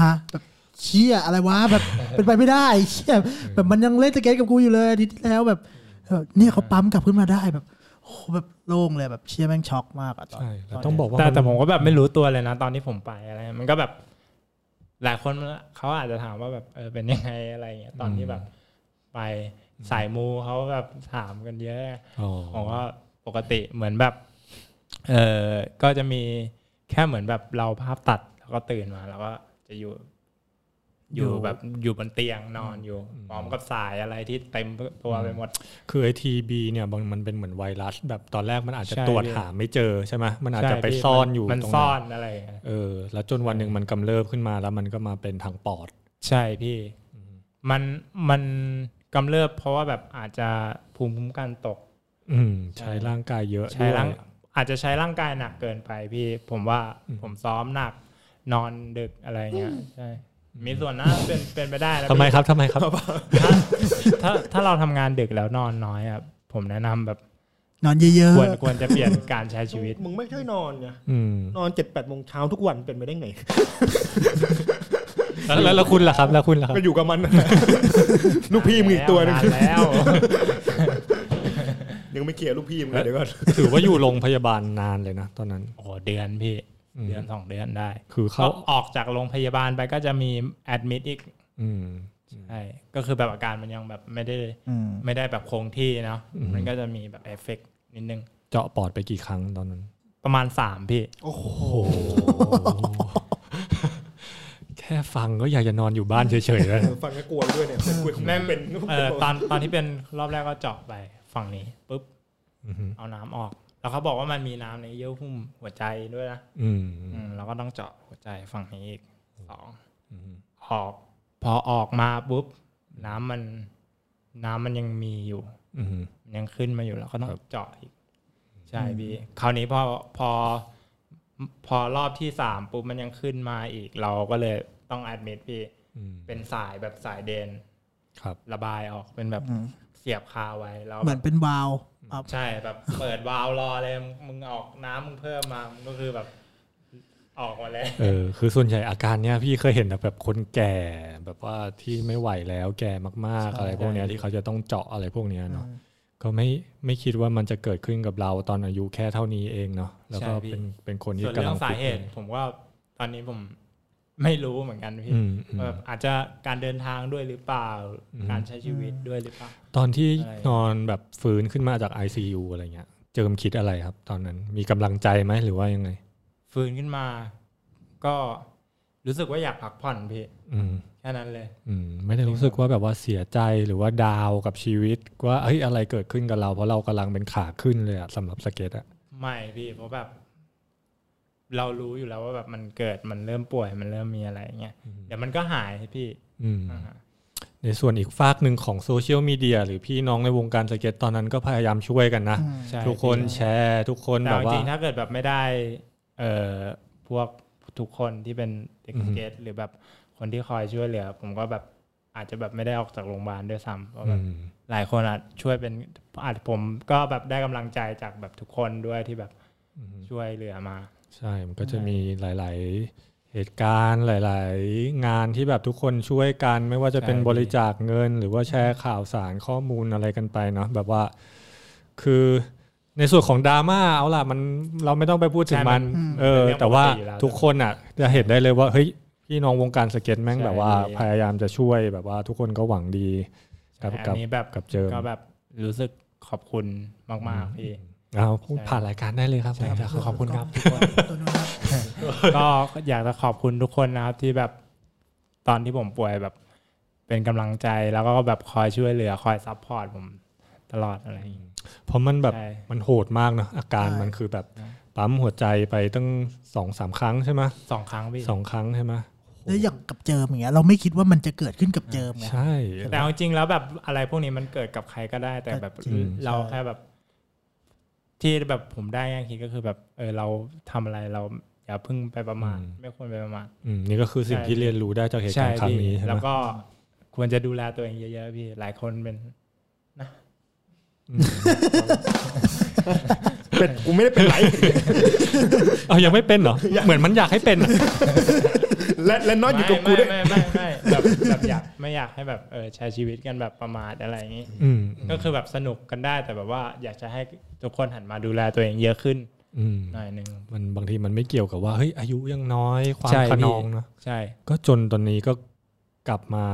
ฮะแบบเชี่ยอะไรวะแบบ เป็นไปไม่ได้เชี่ยแบบมันยังเล่นสเก็ตกับกูอยู่เลยอาทิตย์ที่แล้วแบบเออเนี่ยเขาปั๊มกลับขึ้นมาได้แบบโอ้โหแบบโล่งเลยแบบเชี่ยแม่งช็อกมากอะตอน
ใช่เราต้องบอกว่า
แต่แต่
น
ผมก็แบบไม่รู้ตัวเลยนะ ตอนที่ผมไปอะไรมันก็แบบหลายคนมันเขาอาจจะถามว่าแบบเออเป็นยังไงอะไรเงี้ยตอนที่แบบไปสายมูเขาแบบถามกันเยอะ
อ๋อ
ผมว่าปกติเหมือนแบบ เออก็จะมีแค่เหมือนแบบเราภาพตัดแล้วก็ตื่นมา แล้วก็จะอยู่ อยู่แบบอยู่บนเตียงนอนอยู่พร้อมกับสายอะไรที่เต็มตัวไปหมด
คือไอทีบีเนี่ยมันมันเป็นเหมือนไวรัส แบบตอนแรกมันอาจจะ
ใช่
ตรวจ
พี่
หาไม่เจอใช่ไหมมันอาจจะ
ใช่
ไป
พี่
ซ่อนอยู่
มัน
ตรง
ซ่อ
นั้น
นอะไรอย่างเงี้ย
เออ แล้วจนวันหนึ่งมันกำเริบขึ้นมาแล้วมันก็มาเป็นทางปอด
ใช่พี่ มันมันกำเริบเพราะว่าแบบอาจจะภูมิคุ้มกันตก
อืม ใช้ร่างกายเยอะ
ใช้ร่าง
ด้วย
อาจจะใช้ร่างกายหนักเกินไปพี่ ผมว่า
อืม
ผมซ้อมหนัก นอนดึกอะไรเงี้ยใช่มีส่วนนะเป็นเป็นไปได้นะ
ทำไมครับทำไมครับ
ถ้าถ้าถ้าเราทำงานดึกแล้วนอนน้อยอ่ะผมแนะนำแบบ
นอนเยอะ
ควรควรจะเปลี่ยนการใช้ชีวิต
มึงไม่ค่อยนอนไง
อืม
นอนเจ็ดแปดโมงเช้าทุกวันเป็นไปได้ไง
แล้วแล้วแล้วคุณล่ะครับ แล้วคุณล่ะครับ
ก็อยู่กับมัน ลูกพี่มึงอีกตัวหนึง
าน แล้ว
ยังไม่เคลียร์ลูกพี่มึงเลยเดี๋ยวก่อน
ถือว่าอยู่โรงพยาบาลนานเลยนะตอนนั้น
โอ้เดือนพี่
อืม
เดือนสองเดือนได้
คือ
ก็
เขา
ออกจากโรงพยาบาลไปก็จะมีแอดมิดอีก
อืม
ใช่ก็คือแบบอาการมันยังแบบไม่ได้
ๆอืม
ไม่ได้แบบคงที่เนาะ
อืม
มันก็จะมีแบบเอฟเฟกนิดนึง
เจาะปอดไปกี่ครั้งตอนนั้น
ประมาณสามพี่
โอ้โห แค่ฟังก็อยากจะนอนอยู่บ้านเฉยๆแล้ว
ฟังก็กลัวด้วยเนี่ยคุยของ
แม่ง
เป็น
เออตอนตอนที่เป็นรอบแรกก็เจาะไปฝั่งนี้ปุ๊บเอาน้ำออก แล้วเขาบอกว่ามันมีน้ำในเยื่อหุ้มหัวใจด้วยนะ
อืม
อืมเราก็ต้องเจาะหัวใจฝั่งนี้อีกสอง
อืม
ออก พอออกมาปุ๊บน้ำมัน น้ำมันยังมีอยู่
อืม
ยังขึ้นมาอยู่แล้วก็ต้อง
ครับ
เจาะอีก ใช่พี่คราวนี้พอพอ พอรอบที่สามปุ๊บมันยังขึ้นมาอีก เราก็เลยต้องแอดมิดพี่
อืม
เป็นสายแบบสายเดน
ครับ
ระบายออกเป็นแบบเสียบคาไว้แล้ว
เหมือนเป็นวาวอัพ
ใช่แบบ เปิดวาล์วรอเลยมึงออกน้ำมึงเพิ่มมามึงก็คือแบบ ออกมาเลย
เออ คือส่วนใหญ่อาการเนี้ยพี่เคยเห็นแต่แบบคนแก่ แบบว่าที่ไม่ไหวแล้วแก่มากๆอะไรพวกเนี้ยที่เขาจะต้องเจาะอะไรพวกเนี้ยเนาะ ก็ไม่ไม่คิดว่ามันจะเกิดขึ้นกับเราตอนอายุแค่เท่านี้เองเนาะ แล้วก็เป็นเป็นคนที่
ส่วนเรื่
กำ
อ
ลั
ง
ง
สา
ฟิต
เห
เล
ตุ
ย
ผมว่าตอนนี้ผมไม่รู้เหมือนกันพี่
อืมอืม
แบบอาจจะการเดินทางด้วยหรือเปล่า
อืม
การใช้ชีวิตด้วยหรือเปล่า
ตอนที่
อะไร
นอนแบบฟื้นขึ้นมาจาก ICU อะไรเงี้ย เจิมคิดอะไรครับ ตอนนั้น มีกำลังใจไหมหรือว่ายังไง
ฟื้นขึ้นมา ก็รู้สึกว่าอยากพักผ่อนพี่
อืม
แค่นั้นเลย
อืมไม่ได้รู้สึกว่าแบบว่าเสียใจหรือว่าดาวกับชีวิต ว่าเฮ้ยอะไรเกิดขึ้นกับเราเพราะเรากำลังเป็นขาขึ้นเลยอะสำหรับสเก็ตอะ
ไม่พี่เพราะแบบ เรารู้อยู่แล้วว่าแบบมันเกิดมันเริ่มป่วยมันเริ่มมีอะไรอย่างเงี้ยเดี๋ยวมันก็หายพี่
อืม
อ่าฮะ
ในส่วนอีกฝากหนึ่งของโซเชียลมีเดียหรือพี่น้องในวงการสเก็ตตอนนั้นก็พยายามช่วยกันนะ
ใช่
ทุกคน
พี่
แชร์ทุกคน
แต่
แบบ
เอาจ
ว่า
ริงๆถ้าเกิดแบบไม่ได้ เอ่อพวกทุกคนที่เป็นเด็ก
อือฮึ
เกตหรือแบบคนที่คอยช่วยเหลือ ผมก็แบบอาจจะแบบไม่ได้ออกจากโรงพยาบาลด้วยซ้ำเพราะแบ
อื
บ
ม
หลายคนอาจช่วยเป็นอาจผมก็แบบได้กำลังใจจากแบบทุกคนด้วยที่แบบ
อือฮึ
ช่วยเหลือมา
ใช่มันก็จะมีหลาย ๆ เหตุการณ์หลาย ๆ งานที่แบบทุกคนช่วยกันไม่ว่าจะเป็น
ใช่
บริจาคเงิน หรือว่าแชร์ข่าวสารข้อมูลอะไรกันไปเนาะแบบว่า คือในส่วนของดราม่าเอาล่ะมันเราไม่ต้องไปพูดถึงมัน
ใช่มัน
เออ
เป็นเรื่อง
แต่ว่า
ปกติอยู่แล้ว
ทุกคนอ่ะ จะเห็นได้เลยว่าเฮ้ยพี่น้องวงการสเก็ตแม่ง
ใช่
แบบว่า
ดี
พยายามจะช่วยแบบว่าทุกคนก็หวังดีกับ
อัน
กับ
นี้แบบ
กับเจิม
ก็แบบรู้สึกขอบคุณมากๆพี่
เอาพูดผ่านรายการได้เลยครับ
ใช่ครับ
ผม
ขอบคุณครับ
ทุกคน
ตัวนู้นครับ
ก็อยากจะขอบคุณทุกคนนะครับที่แบบตอนที่ผมป่วยแบบ เป็นกำลังใจแล้วก็แบบคอยช่วยเหลือคอยซัพพอร์ตผมตลอดอะไรอย่างงี้
เพราะมันแบบ
ใช่
มันโหดมากเนอะอาการมันคือแบบปั๊มหัวใจไปตั้งสองสามครั้งใช่ไหม
สองครั้งพี่
สองครั้งใช่ไหม
แล้วอย่างกับเจิมอย่างเงี้ยเราไม่คิดว่ามันจะเกิดขึ้นกับเจิมไง
ใช่
แต่เอาจริงแล้วแบบอะไรพวกนี้มันเกิดกับใครก็ได้ แต่แบบ
จริง
เราแค่แบบ ที่แบบผมได้ง่ายคิดก็คือแบบ เออเราทำอะไรเราอย่าเพึ่งไปประมาทไม่ควรไปประมาท
อืมนี่ก็คือสิ่ง
ใช่
ที่เรียนรู้ได้จากเหตุการณ์ครั้ง
พี่
นี้ใช่ไห
แล้ว
ม
ก็ควรจะดูแลตัวเองเยอะๆพี่หลายคนเป็น
เป็นกูไม่ได้เป็นไร
เอ้ายังไม่เป็นเหรอ เหมือนมันอยากให้ เป็นอะ
และและน้อยอยู่กับกูด้วย
ไม่ไม่ไม่ไม่แบบแบบอยากไม่อยากให้แบบเออใช้ชีวิตกันแบบประมาทอะไรอย่างนี้
อืม
ก็คือแบบสนุกกันได้แต่แบบว่าอยากจะให้ทุกคนหันมาดูแลตัวเองเยอะขึ้น
อืม
หน่อยหนึ่ง
มันบางทีมันไม่เกี่ยวกับว่าเฮ้ยอายุยังน้อยความ
ใช่
ข
พี่
นองเนอะ
ใช่
ก็จนตอนนี้ก็กลับมา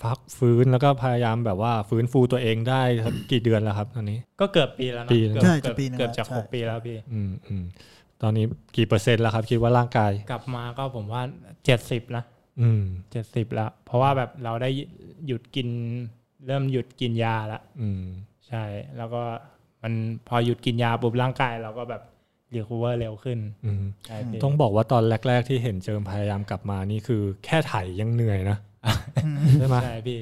ฟักฟื้นแล้วก็พยายามแบบว่าฟื้นฟูตัวเองได้สักกี่เดือนแล้วครับตอนนี้
ก็เกือบปีแล้วเนอะ
ปีแล้ว
เกื
ใช่
อบ
จะปีหนึ่ง
เกือบจะ
แล้วใช่
หกปีแล้วพี่
อืมอืมตอนนี้กี่เปอร์เซ็นต์แล้วครับ คิดว่าร่างกาย
กลับมาก็ผมว่าเจ็ดสิบนะ
อืม
เจ็ดสิบแล้ว เพราะว่าแบบเราได้หยุดกิน เริ่มหยุดกินยาละ
อืม
ใช่ แล้วก็มันพอหยุดกินยาปุ๊บร่างกายเราก็แบบรีค o เวอร์เร็วขึ้น
อืม
ใช่พี่
ต้องบอกว่าตอนแรก ๆ ที่เห็นเจิมพยายามกลับมานี่คือแค่ไถ่ายยังเหนื่อยนะ ใช่ไหม
ใช่พี่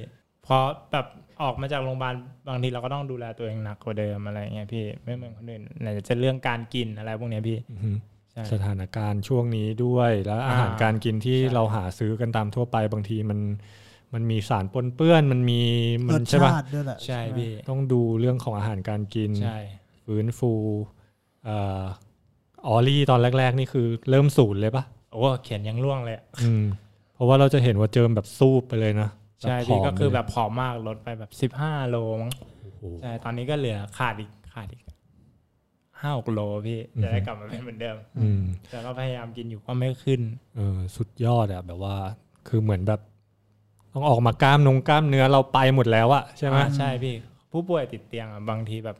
พอแบบออกมาจากโรงพยาบาลบางทีเราก็ต้องดูแลตัวเองหนักกว่าเดิมอะไรเงี้ยพี่ไม่เหมือนคนอื่นไหนจะเรื่องการกินอะไรพวกเนี้ยพี่
อือฮึ
ใช่
สถานการณ์ช่วงนี้ด้วย แล้วอาหาร
อ่า
การกินที่
ใช่
เราหาซื้อกันตามทั่วไปบางทีมัน มันมีสารปนเปื้อนมันมีมั
ร
น
ส
ใช่ปะ
ชาติด้วยแหละ
ใช่
ไหม
พี่
ต้องดูเรื่องของอาหารการกิน
ใช่
ฟื้นฟูเอ่อออลี่ตอนแรก ๆ นี่คือเริ่มศูนย์เลยปะ
โอ้เขียนยังร่วงเลยอะ
อืมเพราะว่าเราจะเห็นว่าเจิมแบบซูบไปเลยนะ
ใช่
แบบผ
พี่
ม
ก็คือ
เลย
แบบผอมมากลดไปแบบสิบห้าโลมั้ง
โอ้โห
ใช่ ตอนนี้ก็เหลือขาดอีกขาดอีกห้าหกโลพี่
อือฮึ
จะได้กลับมาเป็นเหมือนเดิม
อืม
แต่ก็พยายามกินอยู่ก็ไม่ขึ้น
เออสุดยอดอะแบบว่า คือเหมือนแบบ ต้องออกมากล้ามนงกล้ามเนื้อเราไปหมดแล้วอะใช่ไหม
อ่าใช่พี่ ผู้ป่วยติดเตียงอ่ะบางทีแบบ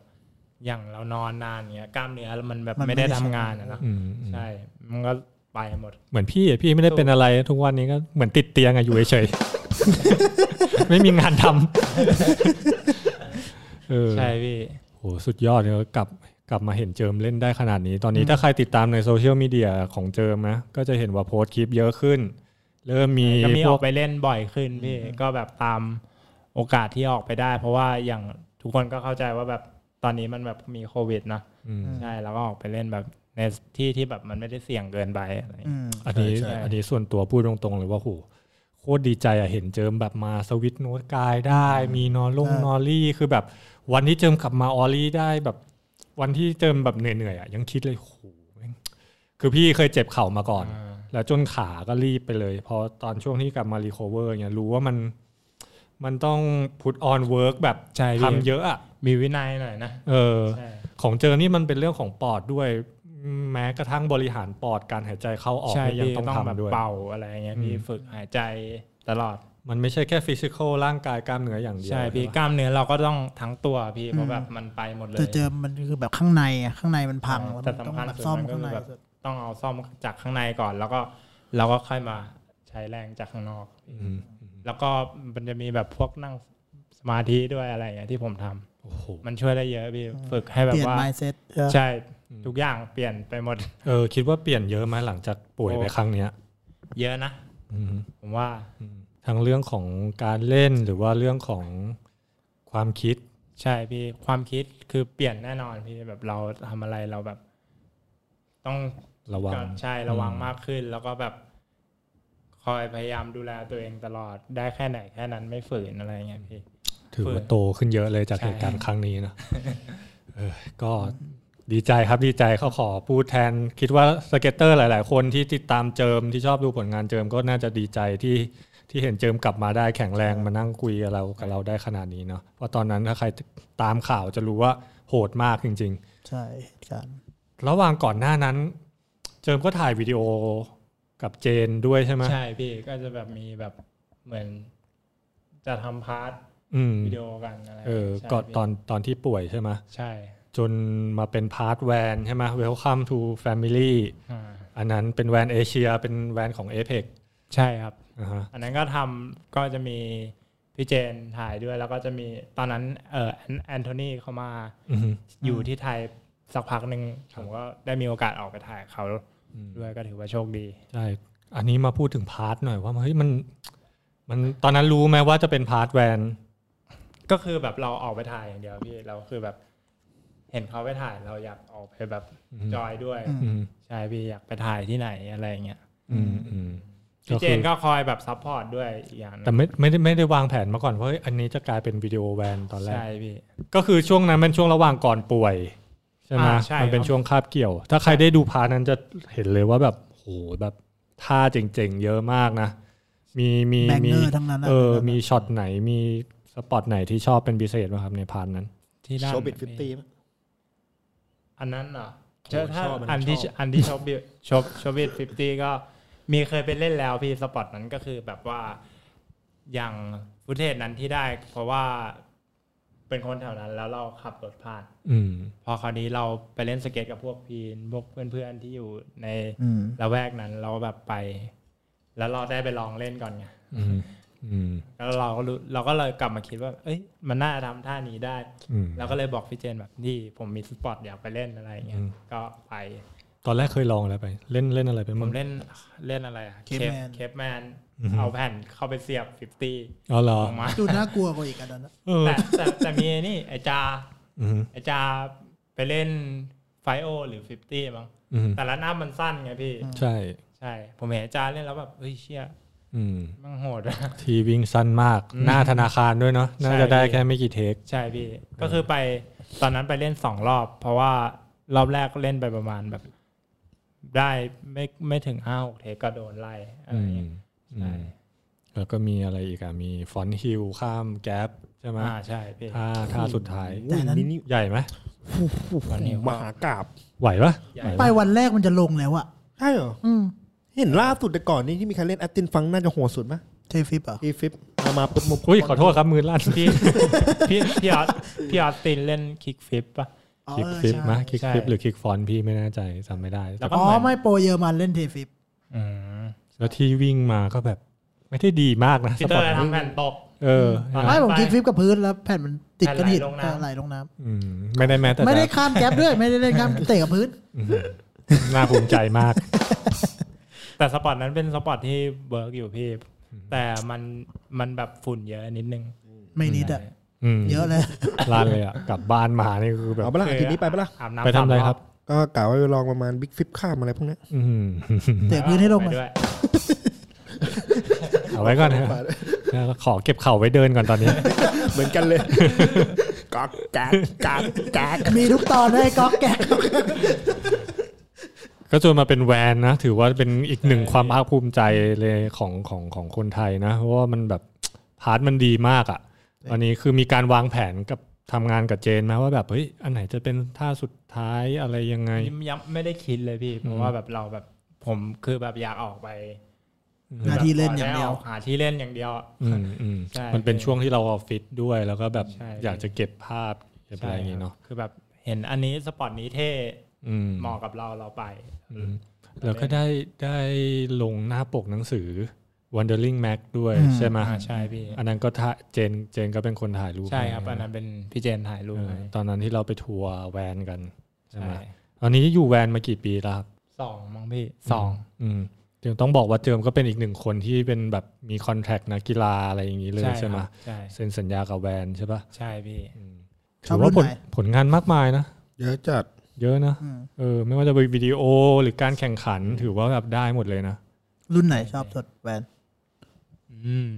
อย่างเรานอนนานเงี้ยกล้ามเนื้อมันแบบ
มันไม่
ไม่ได้
ได้
ทำ
ใช้
งานอะนะ
อืมอืม
ใช่ มันก็ไปหมด
เหมือนพี่อะพี่ไม่ได้เป็นอะไร ทุกวันนี้ก็เหมือนติดเตียงอะอยู่เฉยๆ ไม่มีงานทำเออ
ใช่พี่
โหสุดยอดเลยกลับกลับมาเห็นเจิมเล่นได้ขนาดนี้ ตอนนี้ถ้าใครติดตามในโซเชียลมีเดียของเจิมนะ ก็จะเห็นว่าโพสต์คลิปเยอะขึ้น เริ่มมี
ก็มี
พ
อ
ว
อก กไปเล่นบ่อยขึ้นพี่ ก็แบบตามโอกาสที่ออกไปได้ เพราะว่าอย่างทุกคนก็เข้าใจว่าแบบตอนนี้มันแบบมีโควิดนะ
อืม
ใช่แล้วก็ออกไปเล่นแบบในที่ที่แบบมันไม่ได้เสี่ยงเกินไปอะไรอย่าง
อื
เงี้ย
ม
อันนี้
ใช่ใช่
อันนี้ส่วนตัวพูดตรงๆเลยว่าโหโคตรดีใจอะเห็นเจิมแบบมาสวิตช์โน้ตกายได้ มีนอนลงนอรี่คือแบบ วันที่เจิมกลับมาออรี่ได้แบบ วันที่เจิมแบบเหนื่อยๆอะยังคิดเลยโหแม่งคือพี่เคยเจ็บเข่ามาก่อน แล้วจนขาก็รีบไปเลย พอตอนช่วงที่กลับมารีคอเวอร์เนี่ยรู้ว่ามันมันต้องพุทออนเวิร์กแบบ
ใช่พี่
ทำเยอะอ่ะ
มีวินัยหน่อยนะ
เออ ของเจอนี่มันเป็นเรื่องของปอดด้วย แม้กระทั่งบริหารปอดการหายใจเข้าออก
ใช่
เนี่ยยัง
พี่
ต้อง
ต้องแบบ
ทำด้วย
เป่าอะไรเงี้ยพี่ฝึกหายใจตลอด
มันไม่ใช่แค่ฟิสิกอลร่างกายกล้ามเนื้ออย่างเดียว
ใช่พี่
ปะ
กล้ามเนื้อเราก็ต้องทั้งตัวพี่เพ
อื
ราะ
ม
แบบมันไปหมดเลย
แต่เจิมมันคือแบบข้างในอะข้างในมันพังแล้ว
แต่
มันต้อง
สำคัญ
แบบ
สุด
ซ่อม
มันก็
ข้าง
คื
ใน
อแบบ ต้องเอาซ่อมจากข้างในก่อน แล้วก็เราก็ค่อยมาใช้แรงจากข้างนอก
อืม
แล้วก็มันจะมีแบบพวกนั่งสมาธิด้วยอะไรเงี้ยที่ผมทำ
โอ้โห
มันช่วยได้เยอะพี่ฝึกให้แบ
เป
บ
ลี่ยน
ว่า
mindset เออ
ใช่ทุกอย่างเปลี่ยนไปหมด
เออคิดว่าเปลี่ยนเยอะไหมหลังจากป่วย
โอ้
ไปครั้งเนี้ย
เยอะนะ
อืม
ผมว่า
อืมทั้งเรื่องของการเล่นหรือว่าเรื่องของความคิด
ใช่พี่ความคิดคือเปลี่ยนแน่นอนพี่แบบเราทำอะไรเราแบบ ต้อง
ระวัง
ก็ใช่ระวังมากขึ้น แล้วก็แบบ คอยพยายามดูแลตัวเองตลอดได้แค่ไหนแค่นั้นไม่ฝืนอะไรเงี้ยพี่
ถือว่าโตขึ้นเยอะเลยจาก
ใช่
เหตุการณ์ครั้งนี้นะ เออก็ ดีใจครับดีใจเขาขอพูดแทน คิดว่าสเก็ตเตอร์หลาย ๆ คนที่ติดตามเจิมที่ชอบดูผลงานเจิมก็น่าจะดีใจที่ที่เห็นเจิมกลับมาได้แข็งแรงมานั่งคุยกับเรากับเราได้ขนาดนี้เนาะเพราะตอนนั้นถ้าใครตามข่าวจะรู้ว่าโหดมากจริง
ใช่เหตุการณ์
ๆ ระหว่างก่อนหน้านั้น เจิมก็ถ่ายวิดีโอกับเจนด้วยใช่ไหม
ใช่พี่ก็จะแบบมีแบบเหมือน จะทำพาร์ท
อืม
วิดีโอกันอะไร
เออ
ใช่
ก่อน
พี่
ตอนตอนที่ป่วยใช่ไหม
ใช่
จนมาเป็นพาร์ทแวนใช่ไหม Welcome to Family
อ่า
อันนั้นเป็นแวนเอเชียเป็นแวนของ APEC
ใช่ครับ
อ่าฮะ
อันนั้นก็ทำก็จะมีพี่เจนถ่ายด้วย แล้วก็จะมีตอนนั้นเออแอนแอนโทนีเขามา
อือฮึ
อยู่ที่ไทยสักพักหนึ่งผมก็ได้มีโอกาสออกไปถ่ายเขาด้วยก็ถือว่าโชคดี
ใช่ อันนี้มาพูดถึงพาร์ทหน่อยว่าเฮ้ยมันมันตอนนั้นรู้ไหมว่าจะเป็นพาร์ทแวน
ก็คือแบบเราออกไปถ่ายอย่างเดียวพี่เราคือแบบ เห็นเขาไปถ่ายเราอยากออกไปแบบจอยด้วย
อืม
ใช่พี่อยากไปถ่ายที่ไหนอะไรอย่างเงี้ย
อืมอืม
พี่เจน
คือ
ก็คอยแบบซัพพอร์ตด้วยอีกอย่างหนึ่ง
แต่ไม่ไม่ได้ไม่ได้วางแผนมาก่อนว่าเฮ้ยอันนี้จะกลายเป็นวิดีโอแวนตอนแรก
ใช่พี่
ก็คือช่วงนั้นเป็นช่วงระหว่างก่อนป่วย ใช่ไหม
อ่าใช่
มันเป็น
ครับ
ช่วงคาบเกี่ยว ถ้าใครได้ดูพาร์ทนั้นจะเห็นเลยว่าแบบโหแบบท่าเจ๋งๆ เยอะมากนะ มีมี
แบง
มี
เนอร์ทั้งนั้นนะ
เออมีช็อตไหนมีสปอตไหนที่ชอบเป็นพิเศษไหมครับในพาร์ทนั้น
ที่ด้าน
โชว์บิดฟิฟตี้
อันนั้นเหรอ
โอ้
เจอถ้า
ชอบอันนั้น
อันที่
ชอบ
อันที่ชอบบิชอบชอบบิดฟิฟตี้ก็มีเคยไปเล่นแล้วพี่สปอตนั้นก็คือแบบว่าอย่างฟุตเทจนั้นที่ได้ เพราะว่าเป็นคนแถวนั้นแล้วเราขับรถผ่าน
อืม
พอคราวนี้เราไปเล่นสเก็ตกับพวกพีนพวกเพื่อนๆที่อยู่ใน
อืม
ละแวกนั้นเราแบบไป แล้วเราได้ไปลองเล่นก่อนไง
อืมอืม
แล้วเราก็รู้เราก็เลยกลับมาคิดว่า เอ้ย มันน่าทำท่านี้ได้
อืม
เราก็เลยบอกพี่เจนแบบนี่ผมมีสปอตอยากไปเล่นอะไรอย่างเงี้ย
อืม
ก็ไป
ตอนแรกเคยลองแล้วไป เล่นเล่นอะไรไป
ผ
บ้าง
มเล่นเล่นอะไรอะเคปแมนเอาแผ่นเข้าไปเสียบ 50
อ๋อเหรอ
ออกมา
ดูน่ากลัวกว่าอีกอันนั้นนะ
เออ
แต่แต่แต่มีไอ้นี่ไอจา
อืม
ไอจาไปเล่นไฟโอหรือ 50มั้ง
อืม
แต่ละหน้ามันสั้นไงพี่
ใช่
ใช่ ผมเห็นอาจารย์เล่นแล้วแบบเฮ้ยเชี่ย
อืม
แมันโหดอะ
ทีวิ่งสั้นมาก หน้าธนาคารด้วยเนาะน่าจะได้แค่ไม่กี่เทค
ใช่พี่ ก็คือไปตอนนั้นไปเล่นสองรอบ เพราะว่ารอบแรกเล่นไปประมาณแบบ ได้ไม่ไม่ถึงห้าหกเทคก็โดนไล่อะไรอย่างเงี้ย
อืม แล้วก็มีอะไรอีกอะมีฟอนฮิลข้ามแก๊ปใช่ไหม
อ่าใช่พี่
ท่าท่าสุดท้าย
แต่อันนั้น
นี่นี่
ใหญ่ไหม
วันนี้
มหากราบ
ไหวปะ
ใหญ่
ไหว
ไป
ปะ
วันแรกมันจะลงแล้วอะ
ใช่เหรอ
อืม
เห็นล่าสุดแต่ก่อนนี้ที่มีใครเล่นแอตตินฟังน่าจะโหดสุดไหม
เทฟิปอ่ะ
อีฟิปเอามาปุ๊บมุก
อุ้ยขอโทษครับมือลั่น
พี่พี่พี่ออสพี่ออสตินเล่นคิกฟิปป่ะ
อ๋อ
คลิก
เออ
ฟิป
ใช่
มะคลิกฟิป
ใช่
หรือคลิกฟอนพี่ไม่แน่ใจจำไม่ได้
แล้วก็
อ๋อ
เหมือน
ไม่โปรเยอรมันเล่นเทฟิป
อืม
แล้วที่วิ่งมาก็แบบ ไม่ได้ดีมากนะ
พี่
ส
เตอ
ปอ
ร์
ร์ต
ทำแผ่นตก
เออ
ไม่ผมค
ไป
ลิกฟิปกับพื้นแล้วแผ่นมันติดก้อนหิน
แผ่นไหลลงน้ำ
ไหลลงน้
อืมไม่ได้แม้แต่
ำไม่ได้
จะ
ข้ามแก๊ปด้วยไม่ได้เล่นข้ามเตะกับพื้น
น่าภูมิใจ มาก
แต่สปอร์ตนั้นเป็นสปอร์ตที่เวิร์กอยู่พี่ แต่มันมันแบบฝุ่นเยอะนิดนึง
ไม่นิดอ่ะ
อืม
เยอะเลย
ร้านเลยอ่ะ กลับบ้านมานี่คือแบบ
เอาไปะละอาทีนี้ไปไปะละ
อาบน้ำ
ไปทำอะไรครับ
ก็กะว่าจะลองประมาณบิ๊กฟิปข้ามอะไรพวกเนี้ย
อืม
เตะพื้นให้ลง
ไป
มา
ด้วย
เอาไว้ก่อนนะครับแล้วขอเก็บเข่าไว้เดินก่อนตอนนี้
เหมือนกันเลย กอกแกกกากแกก
มีทุกตอนให้ก๊อกแก๊ก
ก็จนมาเป็นแวนนะ ถือว่าเป็นอีกหนึ่งความภาคภูมิใจเลยของของของคนไทยนะ เพราะว่ามันแบบพาร์ทมันดีมากอ่ะตอนนี้คือมีการวางแผนกับทำงานกับเจนไหมว่าแบบเฮ้ยอันไหนจะเป็นท่าสุดท้ายอะไรยังไง
ยังไม่ได้คิดเลยพี่ เพราะว่าแบบเราแบบผมคือแบบอยากออกไป
หน้าที่เล่นอย่างเดียว
หาที่เล่นอย่างเดียว
อืมอืม
ใช่
มันเป็นช่วงที่เราออฟฟิศด้วย แล้วก็แบบ
ใช่
อยากจะเก็บภาพเก็บอะไรอย่างงี้เนาะ
คือแบบเห็นอันนี้สปอตนี้เท่
อืม
เหมาะกับเราเราไป
แล้วก็ได้ได้ลงหน้าปกหนังสือ Wandering Mac ด้วยใช่ไหม
อ่าใช่พี่
อันนั้นก็ถ่ายเจนเจนก็เป็นคนถ่ายรูป
ใช่ครับ
ให้
อันนั้นเป็นพี่เจนถ่ายรูป
เออ
ให้
ตอนนั้นที่เราไปทัวร์แวนกันใช่
ใช่
ไหมตอนนี้อยู่แวนมากี่ปีแล้วครับ
สองมั้งพี่สอง
อืมเจิมต้องบอกว่าเจิมก็เป็นอีกหนึ่งคนที่เป็นแบบมีคอนแทคนักกีฬาอะไรอย่างนี้เลยใช่ไหม
ครับใช่
เซ็นสัญญากับแวนใช่ปะ
ใช่พี่
ชอบ
ถือว่าผ
รุ่
ล
นไหน
ผลงานมากมายนะ
เยอะจัด
เยอะนะเออไม่ว่าจะเป็นวิดีโอหรือการแข่งขันถือว่าแบบได้หมดเลยนะ
รุ่นไหนชอบสุดแวน
อืม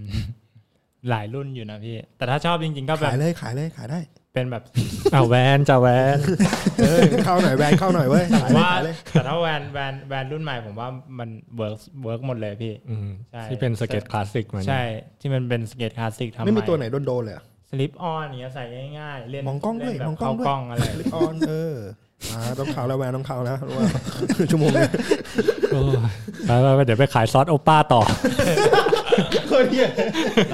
หลายรุ่นอยู่นะพี่ แต่ถ้าชอบจริงๆก็แบ
ขา
บ
ยเลยขายเลยขายได้
เป็นแบบ
อ้าวแวนจะแวน
เออเข้าหน่อยแวนเข้าหน่อยเว้ย
ผมว่าแต่ถ้าแวนแวนแวนรุ่นใหม่ผมว่ามันเวิร์กเวิร์กหมดเลยพี่
อืม
ใช่
ที่เป็นสเก็ตคลาสสิกเหมือน
ใช่ที่มันเป็นสเก็ตคลาสสิกทำ
ไม่มีตัวไหนโดนโดนๆเลยอะ
สลิปออนอย่างเงี้ยใส่ง่ายๆ เล่น
มองกล้องด้วย
เนแบบ
มองกล้องด้วย
เข้ากล้องอะไร
ลิปออนเอออ่าต้องเข่าแล้วแวนต้องเข่า แล้วรู้ว่า ชั่วโมงเนี่ย
โอ้ยไปไปไปเดี๋ยวไปขายซอสโอป้าต่อ
ร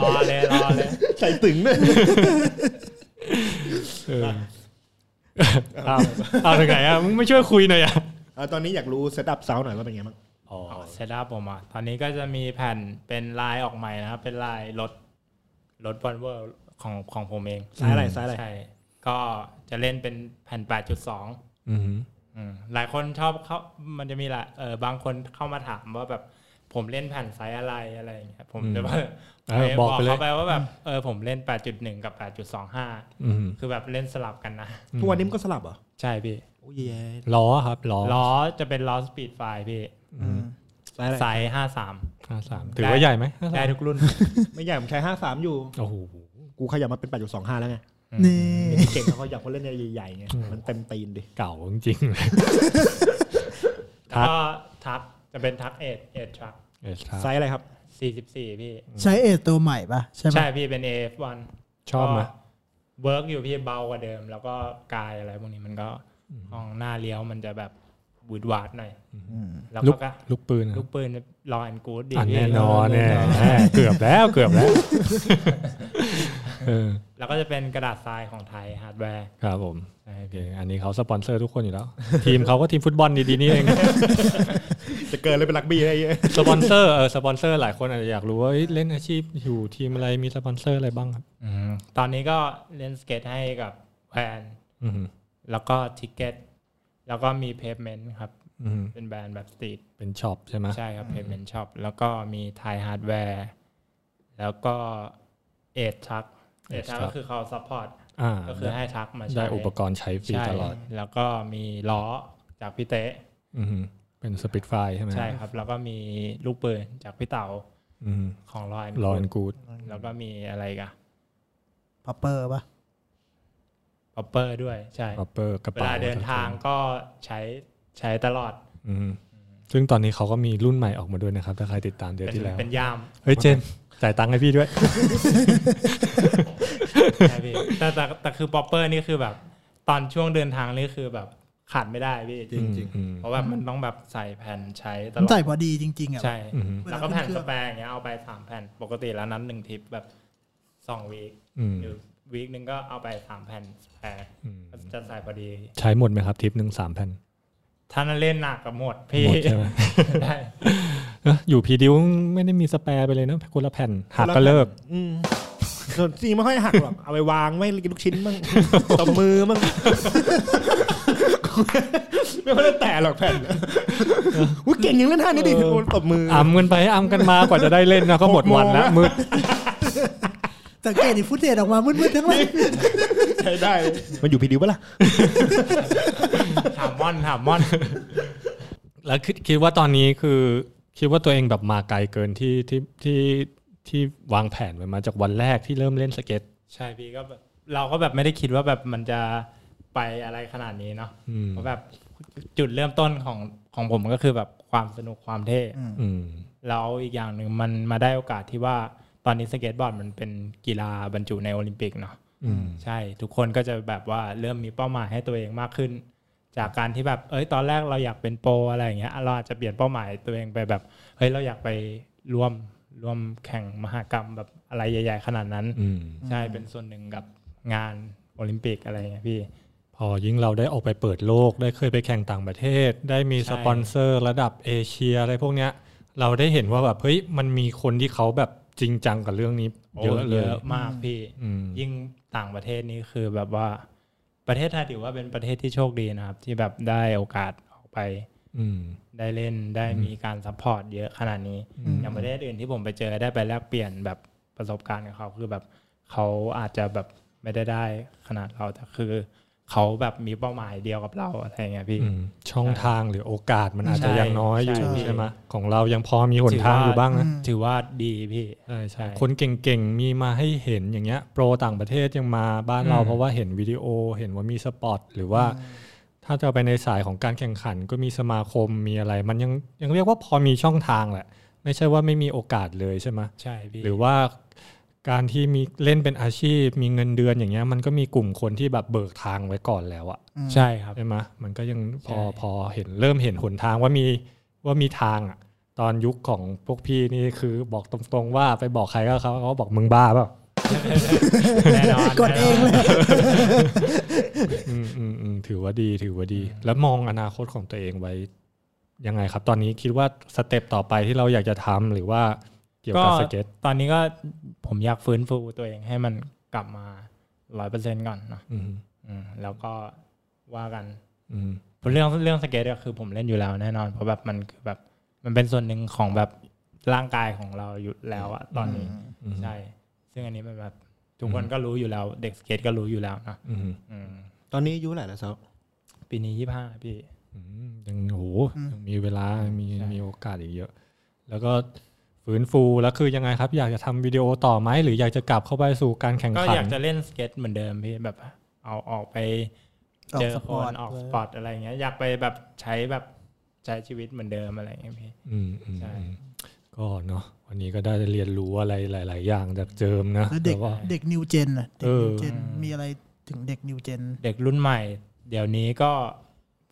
อเลยรอเลย
ใส่ตึงด้วย
เออเอาเอาถึงไหนอ่ะมึงไม่ช่วยคุยหน่อยอ่ะ
อ่ะตอนนี้อยากรู้เซตอัพเซาหน่อยว่าเป็นไงบ้าง
อ๋อ
เซตอัพผมอ่ะตอนนี้ก็จะมีแผ่นเป็นลายออกใหม่นะครับ เป็นลายรถรถวอนเวอร์ของของผมเอง
สายอะไรสายอะไร
ใช่ก็จะเล่นเป็นแผ่น 8.2
อืม
อืมหลายคนชอบเขามันจะมีหละเออบางคนเข้ามาถามว่าแบบผมเล่นแผ่นไซส์อะไรอะไรอย่างเงี้ยผมจะว่า
เออบอกไปเลย
เขาไปว่าแบบเออผมเล่น 8.1 กับ 8.25
อืม
คือแบบเล่นสลับกันนะ
ทุกวันนี้มันก็สลับเหรอ
ใช่พี่
โอ้ยแย่
ล้อครับล้อ
ล้อจะเป็นล้อสปีดไฟพี่
สายอะไร
ไซส์53
ห้าสามถือว่าใหญ่ไหมห้าสา
ได้
ม
ทุกรุ่น
ไม่ใหญ่ผมใช้ห้าสามอยู่
โอ้โห
กูขยับมาเป็นแปดจุดสองห้าแล้วไง
นี่
เก่งเขาขยับเขาเล่นใหญ่ๆไงมันเต็มตีนดิ
เก่าจริงๆเลย ทั
แล้
ก
วก็ทักจะเป็นทักเอทเอททรัค
เออครับ
ไซส์อะไรครับ
สี่สิบสี่พี่
ใช้เอทตัวใหม่ปะใช่ปะ
ใช่พี่เป็น AF1
ชอบไหม
เวิร์กอยู่พี่เบากว่าเดิม แล้วก็กายอะไรพวกนี้มันก็ห้องหน้าเลี้ยวมันจะแบบบูดหวาดหน่อยแล้ว
ลู
ก็
ก
ก็
ลูกปืนอะ
ลูกปืนรอแอนกูดดี
อัน
พี่
แน่นอนเนี่ยเกือบแล้วเกื อบแล้วเออ
แล้วก็จะเป็นกระดาษทรายของไทยฮาร์ดแวร์
ครับผมโอเคอันนี้เขาสปอนเซอร์ทุกคนอยู่แล้ว ทีมเขาก็ทีมฟุตบอลดีๆนี่เอง
จะเกินเลยเป็นลักบี้อะไรเงี้ย
สปอนเซอร์เออสปอนเซอร์หลายคนอาจจะอยากรู้ว่าเอ้ยเล่นอาชีพอยู่ทีมอะไรมีสปอนเซอร์อะไรบ้างครับ
ตอนนี้ก็เล่นสเก็ตให้กับแวน
อืม
แล้วก็ทิกเก็ตแล้วก็มีเพ v เมนต์ครับ
อืม
เป็นแบรนด์แบบสตรีท
เป็นช็อปใช่ไหม
ใช่ครับ Payment Shop แล้วก็มีไทยฮาร์ดแวร์แล้วก็เอททักเอททักก็คือเขาซัพพอร์ต
อ่า
ก็คือให้ทักมาใช้
ได้อุปกรณ์ใช้ฟรี
ใช่
ตลอด
แล้วก็มีล้อจากพี่เต๊ะ
อืมเป็นสปิดไฟใช่ไหม
ใช่ครับ แล้วก็มีลูกปืนจากพี่เต๋า
อืม
ของลอย
รอนกูด
แล้วก็มีอะไรอีกัน
พับเปอร์ปะ
ป๊อปเปอร์ด้วยใช่
ปัปเปอร์กระ
เว
เป๋า
ลาเดินทางก็ใช้ใช้ตลอด
อืมซึ่งตอนนี้เขาก็มีรุ่นใหม่ออกมาด้วยนะครับ ถ้าใครติดตามเดือน
เป็น
ที่แล้ว
เป็นยาม
เฮ้ยเจนจ่ายตังค์ให้พี่ด้วย
ใช่พี่แต่แต่แต่คือป๊อปเปอร์นี่คือแบบ ตอนช่วงเดินทางนี่คือแบบขาดไม่ได้พี่
อืม
เพราะแบบมันต้องแบบใส่แผ่นใช้ต
มัน
ลอ
ใส่
ด
พอดีจริง ๆอ่ะ
ใช่
อืม
แล้วก็แผ่น
เวลาขึ้นเครื่
ส
อง
แปรอย่างเงี้ยเอาไปสามแผ่นปกติแล้วนั้นหนึ่งทริปแบบสองวีค
อืม
หรือวีคหนึ่งก็เอาไปสามแผ่นแผ่
อืม
จะใส่พอดี
ใช้หมดไหมครับทริปหนึ่งสามแผ่น
ถ้านั่นเล่นหนักกับหมดพี่
หมดใช่ไหม
ได้
เอ้ออยู่พีดิวไม่ได้มีสแปร์ไปเลยนะคนละแผ่นหักก็เลิก
อืมส่วนจริงไม่ค่อยหักหรอกเอาไปวางไม่กินลูกชิ้น มั่งตบมือมั่งไม่ค่อยได้แตะหรอกแผ่นอุ้ยเก่งยังเล่นท่านี้ดิโอ้ตบมือ
อำกันไปอำกันมากว่าจะได้เล่นนะก็หมดวันแล้วมืด
สังเกตดิฟุตเทจออกมามืดๆทั้งวัน
ใช้ได้ มันอยู่พีดิวปะล่ะ
ถามม่อนถามม่อน
แล้วคิดคิดว่าตอนนี้คือคิดว่าตัวเองแบบมาไกลเกินที่ที่ที่ที่วางแผนไว้มาจากวันแรกที่เริ่มเล่นสเก็ต
ใช่พี่ก็แบบเราก็แบบไม่ได้คิดว่าแบบมันจะไปอะไรขนาดนี้เนาะ
อืม
เพราะแบบจุดเริ่มต้นของของผมก็คือแบบความสนุกความเท่
อืม
แล้วอีกอย่างหนึ่งมันมาได้โอกาสที่ว่าตอนนี้สเก็ตบอร์ดมันเป็นกีฬาบรรจุในโอลิมปิกเนาะ
อืม
ใช่ทุกคนก็จะแบบว่าเริ่มมีเป้าหมายให้ตัวเองมากขึ้น จากการที่แบบเอ้ยตอนแรกเราอยากเป็นโปรอะไรอย่างเงี้ยเราอาจจะเปลี่ยนเป้าหมายตัวเองไปแบบเฮ้ยเราอยากไปร่วมร่วมแข่งมหกรรมแบบอะไรใหญ่ ๆ ขนาดนั้น
อืม
ใช่เป็นส่วนหนึ่งกับงานโอลิมปิกอะไรอย่างเงี้ยพี่
พอยิ่งเราได้ออกไปเปิดโลกได้เคยไปแข่งต่างประเทศ ได้มี
ใช่
สปอนเซอร์ระดับเอเชียอะไรพวกเนี้ย เราได้เห็นว่าแบบเฮ้ยมันมีคนที่เขาแบบจริงจังกับเรื่องนี้เยอะเลย
เยอะมากพี่
อืม
ยิ่งต่างประเทศนี่คือแบบว่าประเทศไทยถือว่าเป็นประเทศที่โชคดีนะครับ ที่แบบได้โอกาสออกไป
อืม
ได้เล่นได้มีการซัพพอร์ตเยอะขนาดนี้ อย่างประเทศอื่นที่ผมไปเจอได้ไปแลกเปลี่ยนแบบประสบการณ์กับเขาคือแบบเขาอาจจะแบบไม่ได้ได้ขนาดเราแต่คือ เขาแบบมีเป้าหมายเดียวกับเราอะไรเงี้ยพี่
อืมช่องทางหรือโอกาสมันอาจจะ
ใช่
ยังน้อยอยู่
ใช่
ใช่ไหมของเรายังพอมีหนทางอยู่บ้างนะ
ถือว่าดีพี่
ใช่ใช่
ใช่
คนเก่งๆ มีมาให้เห็นอย่างเงี้ย โปรต่างประเทศยังมาบ้านเรา
อืม
เพราะว่าเห็นวิดีโอเห็นว่ามีสปอตหรือว่า ถ้าจะไปในสายของการแข่งขันก็มีสมาคมมีอะไร มันยังยังเรียกว่าพอมีช่องทางแหละ ไม่ใช่ว่าไม่มีโอกาสเลยใช่ไหม
ใช่พี่
หรือว่าการที่มีเล่นเป็นอาชีพ มีเงินเดือนอย่างเงี้ยมันก็มีกลุ่มคนที่แบบเบิกทางไว้ก่อนแล้วอะ
ใช่ครับ
ใช่ไหมมันก็ยังพอ
ใช่
พอเห็นเริ่มเห็นหนทางว่ามีว่ามีทางอะตอนยุคของพวกพี่นี่คือบอกตรงๆว่าไปบอกใครก็เขาเขาบอกมึงบ้าเปล่า
แน่นอน
กดเองเลย
อืมอืมอืมถือว่าดีถือว่าดี แล้วมองอนาคตของตัวเองไว้ยังไงครับ ตอนนี้คิดว่าสเต็ปต่อไปที่เราอยากจะทำหรือว่าเกี่ยวกับสเก็ต
ตอนนี้ก็ผมอยากฟื้นฟูตัวเองให้มันกลับมาร้อยเปอร์เซ็นต์ก่อนเนอะ
อืม
อืมแล้วก็ว่ากัน
อืม
เรื่องเรื่องสเก็ตก็คือผมเล่นอยู่แล้วแน่นอน เพราะแบบมันคือแบบมันเป็นส่วนหนึ่งของแบบร่างกายของเราอยู่แล้วอะตอนนี้
อืม
ใช่ ซึ่งอันนี้มันแบบทุกคนก็รู้อยู่แล้ว เด็กสเก็ตก็รู้อยู่แล้วนะ
อืม
อืม
ตอนนี้อายุเท่าไหร่แล้วเซา
ปีนี้ยี่ห้าพี่
อืมยังโอ้โหยังมีเวลามีมีโอกาสอีกเยอะ แล้วก็ฟื้นฟูแล้วคือยังไงครับ อยากจะทำวิดีโอต่อไหมหรืออยากจะกลับเข้าไปสู่การแข่ง
ก็
ขัน
อยากจะเล่นสเก็ตเหมือนเดิมพี่แบบเอาออกไป
ออก
เจอ
ส
ค
ปอร์
น
ต
ออกสปอร์ตอะไรเงี้ยอยากไปแบบใช้แบบใช้ชีวิตเหมือนเดิมอะไรเงี้ยพี่
อืมอืม
ใช่
อืมก็เนาะวันนี้ก็ได้เรียนรู้อะไรหลาย ๆ อย่างจากเจิมนะ
แล้วเด็ก
แต่ว่า
เด็กนิวเจนอะเด็
เอกอ
นิวเจนมีอะไรถึงเด็กนิวเจน
เด็กรุ่นใหม่ เดี๋ยวนี้ก็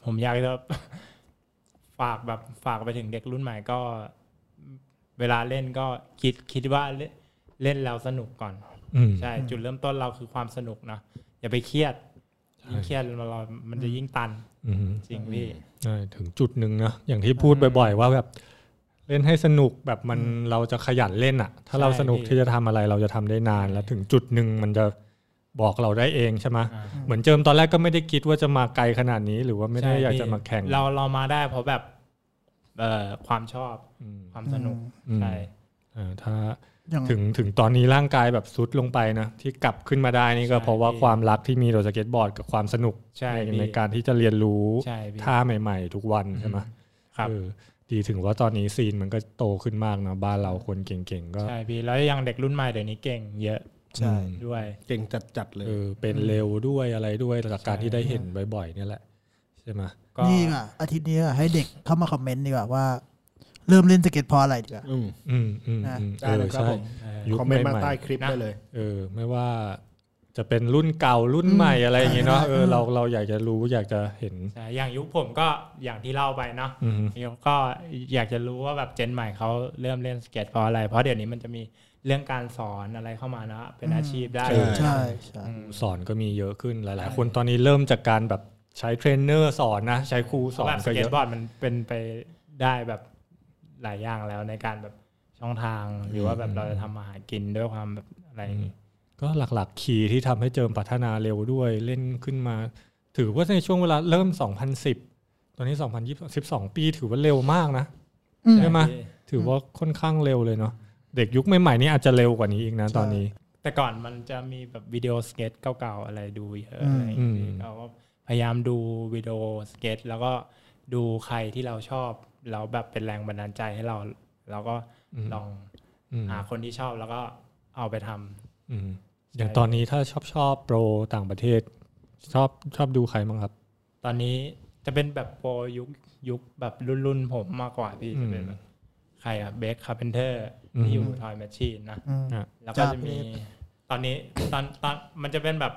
ผมอยากจะ ฝากแบบฝากไปถึงเด็กรุ่นใหม่ก็ เวลาเล่นก็คิดคิดว่าเล่นเล่นแล้วสนุกก่อน
อืม
ใช่จุดเริ่มต้นเราคือความสนุกนะอย่าไปเครียดยิ่งเครียดมันเรามันจะยิ่งตัน
อืม
จริงพี่
ใช่ถึงจุดหนึ่งนะอย่างที่พูดบ่อย ๆ ว่าแบบเล่นให้สนุกแบบมันเราจะขยันเล่นอะ่ะ ถ้า
ใช่
เราสนุก
พี่
ที่จะทำอะไรเราจะทำได้นาน แล้วถึงจุดหนึ่งมันจะบอกเราได้เองใช่ไหม
อ่า
เหมือนเจิมตอนแรกก็ไม่ได้คิดว่าจะมาไกลขนาดนี้หรือว่าไม่ได้
ใช่
อยากจะ
พี่
มาแข่ง
เราเรามาได้เพราะแบบเอ่อความชอบ
อืม
ความสนุก
อืม
ใช่
เออถ้า
อย่าง
ถึงถึงตอนนี้ร่างกายแบบซุดลงไปนะที่กลับขึ้นมาได้นี่ก็
ใช่
เพราะว่า
พี่
ความรักที่มีต่อสเก็ตบอร์ดกับความสนุก
ใช่
ใน
พี่
ในการที่จะเรียนรู้
ใช่พี่
ท่าใหม่ ๆ ทุกวันใช่ไหม
ครับ
เออดีถึงว่าตอนนี้ซีนมันก็โตขึ้นมากเนอะบ้านเราคนเก่งๆก็
ใช่พี่แล้วยังเด็กรุ่นใหม่เดี๋ยวนี้เก่งเยอะ
ใช่
ด้วย
เก่งจัดๆเลย
เออเป็นเร็วด้วยอะไรด้วยจากการที่ได้เห็นบ่อยๆเนี่ยแหละ ใช่ไหม
ก็
นี่อ่ะอาทิตย์นี้อะให้เด็กเข้ามาคอมเมนต์ดีกว่าว่า เริ่มเล่นสเก็ตเพราะอะไรดีกว่า
อืม
อืมอืม
นะ
อืม
ได้เลยครับ
ใช่
ผม
เออ
ยุค
คอม
ให
เมนต์มา
ม่
ใต้คลิปได้เลย
ๆเออ ไม่ว่าจะเป็นรุ่นเก่ารุ่นใหม่อะไรอย่างเงี้ยเนาะเออเราเราอยากจะรู้อยากจะเห็น
ใช่อย่างยุคผมก็อย่างที่เล่าไปเนาะ
อือฮึ
ยุคก็อยากจะรู้ว่าแบบเจนใหม่เขาเริ่มเล่นสเก็ตเพราะอะไร เพราะเดี๋ยวนี้มันจะมีเรื่องการสอนอะไรเข้ามานะเป็นอาชีพได้
ใช่
ใช่ใช่
สอนก็มีเยอะขึ้นหลายๆ คนตอนนี้เริ่มจากการแบบใช้เทรนเนอร์สอนนะใช้ครูสอน
แบบส
ก็
เก็
เย
ต
อะ
บอร์ดมันเป็นไปได้แบบหลายอย่างแล้วในการแบบช่องทางหรือว่าแบบเราจะทำมาหากินด้วยความแบบอะไรอย่างงี้
ก็หลักๆคีย์ที่ทำให้เจิมพัฒนาเร็วด้วยเล่นขึ้นมา ถือว่าในช่วงเวลาเริ่ม 2010 ตอนนี้ 2012 ปีถือว่าเร็วมากนะ ใช่ไหม
พี่
ถือว่าค่อนข้างเร็วเลยเนาะเด็กยุคใหม่ๆนี่อาจจะเร็วกว่านี้อีกนะตอนนี้
แต่ก่อนมันจะมีแบบวิดีโอสเก็ตเก่าๆอะไรดูเยอะอะไรอย่างงี้
อืม
เราก็พยายามดูวิดีโอสเก็ตแล้วก็ดูใครที่เราชอบแล้วแบบเป็นแรงบันดาลใจให้เรา เราก็ลอง
อืม
หาคนที่ชอบแล้วก็เอาไปทำ
อืมอย่างตอนนี้ถ้าชอบชอบโปรต่างประเทศ ชอบชอบดูใครบ้างครับ
ตอนนี้จะเป็นแบบโปรยุคยุคแบบรุ่นรุ่นๆผมมากกว่าพี่
อืม
จะเป็นแบบใครอะเบคคาร์เพนเตอร์
อืม
ที่อยู่ทอยแมชชีนนะ
อืม
อ่ะ
แล้วก็จะมีตอนนี้ตอนตอนมันจะเป็นแบบ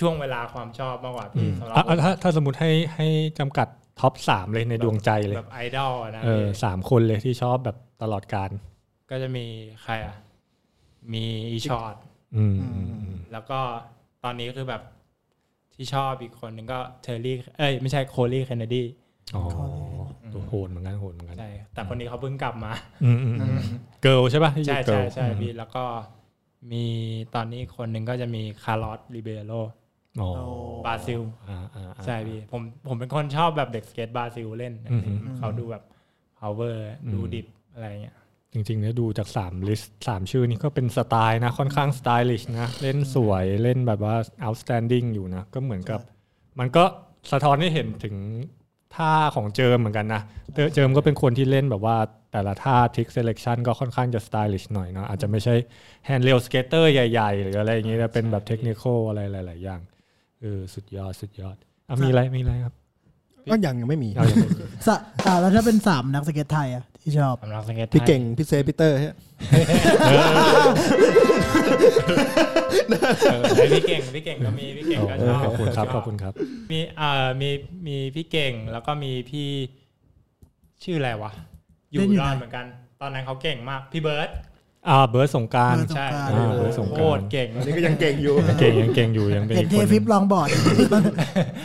ช่วงเวลาความชอบมากกว่าพี่สำหรับ
อ่ะอ่ะถ้าถ้าสมมติให้ให้จำกัดท็อปสามเลยในดวงใจเลย
แบบไอดอลนะ
เออ
พี่
สามคนเลยที่ชอบแบบตลอดการ
ก็จะมีใครอะมีอีชอต
อืมอืมอืม
แล้วก็ตอนนี้คือแบบที่ชอบอีกคนหนึ่งก็เทอร์รี่เอ้ยไม่ใช่โคลี่เคนเนดี
อ๋อตัวโหดเหมือนกันโหดเหมือนกัน
ใช่แต่คนนี้เขาเพิ่งกลับมา
อืมอืมอืมเกิลใช่ป่ะที่อยู่
ใช่
เกิ
ใช่
ล
ใช่พี่แล้วก็มีตอนนี้คนหนึ่งก็จะมีคาร์ลอสริเบโร
อ๋อบ
ราซิล
อ่าอ่าอ่า
ใช่พี่ผมผมเป็นคนชอบแบบเด็กสเก็ตบราซิลเล่น
อืมอืม
เขาดูแบบ power ดูดิบอะไรเงี้ย
จริงๆเนี่ยดูจากสามลิสสามชื่อนี้ก็เป็นสไตล์นะ ค่อนข้างสไตลิชนะ เล่นสวยเล่นแบบว่า outstanding อยู่นะ ก็เหมือนกับ มันก็สะท้อนให้เห็นถึงท่าของเจิมเหมือนกันนะเจเจิมก็เป็นคนที่เล่นแบบว่าแต่ละท่าทิกเซเลคชันก็ค่อนข้างจะสไตลิชหน่อยเนาะอาจจะไม่ใช่แฮนด์เรลสเกตเตอร์ใหญ่ๆ หรืออะไรอย่างงี้แต่เป็นแบบเทคนิคอลอะไรหลายๆอย่างเออสุดยอดสุดยอดอ่ะมีอะไรมีอะไรครับ
ก็ยังยังไม่มี
เอาอย่างอื่น
สะอ่าแล้วถ้าเป็นสามนักสเก็ตไทยอ่ะที่ชอบ
สำหรับสเก็ตไทย
พี่เก่งพี่เซพี่เตอร์ฮะ
เออไอ้พี่เก่งพี่เก่งก็มีพี่เก่งก็ชอบ
ขอบคุณครับขอบคุณครับ
มีเอ่อมีมีพี่เก่งแล้วก็มีพี่ชื่ออะไรวะ อยู่
เล่นอยู่
รอด
ไหน
เหมือนกัน ตอนนั้นเขาเก่งมาก พี่เบิร์ต
อ่าเบิร์ดสงกราร
เบิร์ด
ใช่
สงกรานต์
โอ้
อ่าเบิร์ตสง
โห
กรานต์
โคตรเก่ง
นี่ก็ยังเก่งอยู่
เก่งยังเก่งอยู่ยังเป็น
เห็
อี
น
ก
เท
คนห
ฟิป
นึ่ง
ลองบอร์ด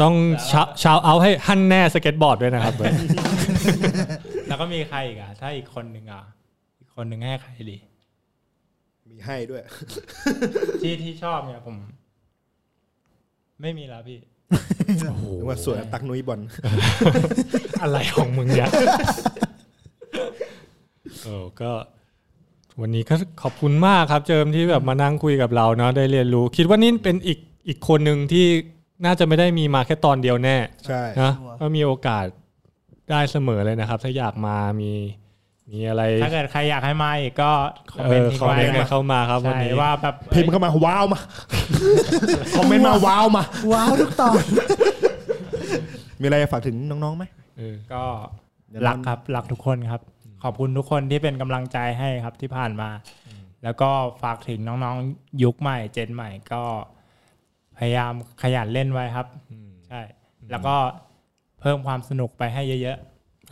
ต้องชาชาวเอาให้ฮั่นแน่สเก็ตบอร์ดด้วยนะครับเบิร์ด
แล้วก็มีใครอีกอ่ะ ถ้าอีกคนหนึ่งอ่ะ อีกคนหนึ่งให้ใครดี
มีให้ด้วย
ที่ที่ชอบเนี่ยผม ไม่มีแล้วพี่
หรือว่าสวยตักนุ้ยบอล
อะไรของมึงเนี่ยเออก็ วันนี้ก็ขอบคุณมากครับ เจิมที่แบบมานั่งคุยกับเราเนาะได้เรียนรู้ คิดว่านี่เป็นอีกอีกคนหนึ่งที่น่าจะไม่ได้มีมาแค่ตอนเดียวแน่
ใช่
นะ
ชัวร์
ก็มีโอกาสได้เสมอเลยนะครับ ถ้าอยากมามีมีอะไร
ถ้าเกิดใครอยากให้มาอีกก็คอม
เอ
เม
อ
นต์ทิ้ง
คอม
ไว้
เมนต์กัน
นะ
เข้ามาครับวัน
ใช่
นี้
ว่าแบบ
พิมพ์เข้ามาว้าวมา คอมเมนต์มาว้าวมา
ว้าวทุกตอน
มีอะไรจะฝากถึงน้องๆไหม
เออ
ก็
เดี๋ยวเรา
รักครับรักทุกคนครับ ขอบคุณทุกคนที่เป็นกำลังใจให้ครับที่ผ่านมา แล้วก็ฝากถึงน้องๆยุคใหม่ เจนใหม่ก็ พยายามขยันเล่นไว้ครับ ใช่ แล้วก็เพิ่มความสนุกไปให้เยอะ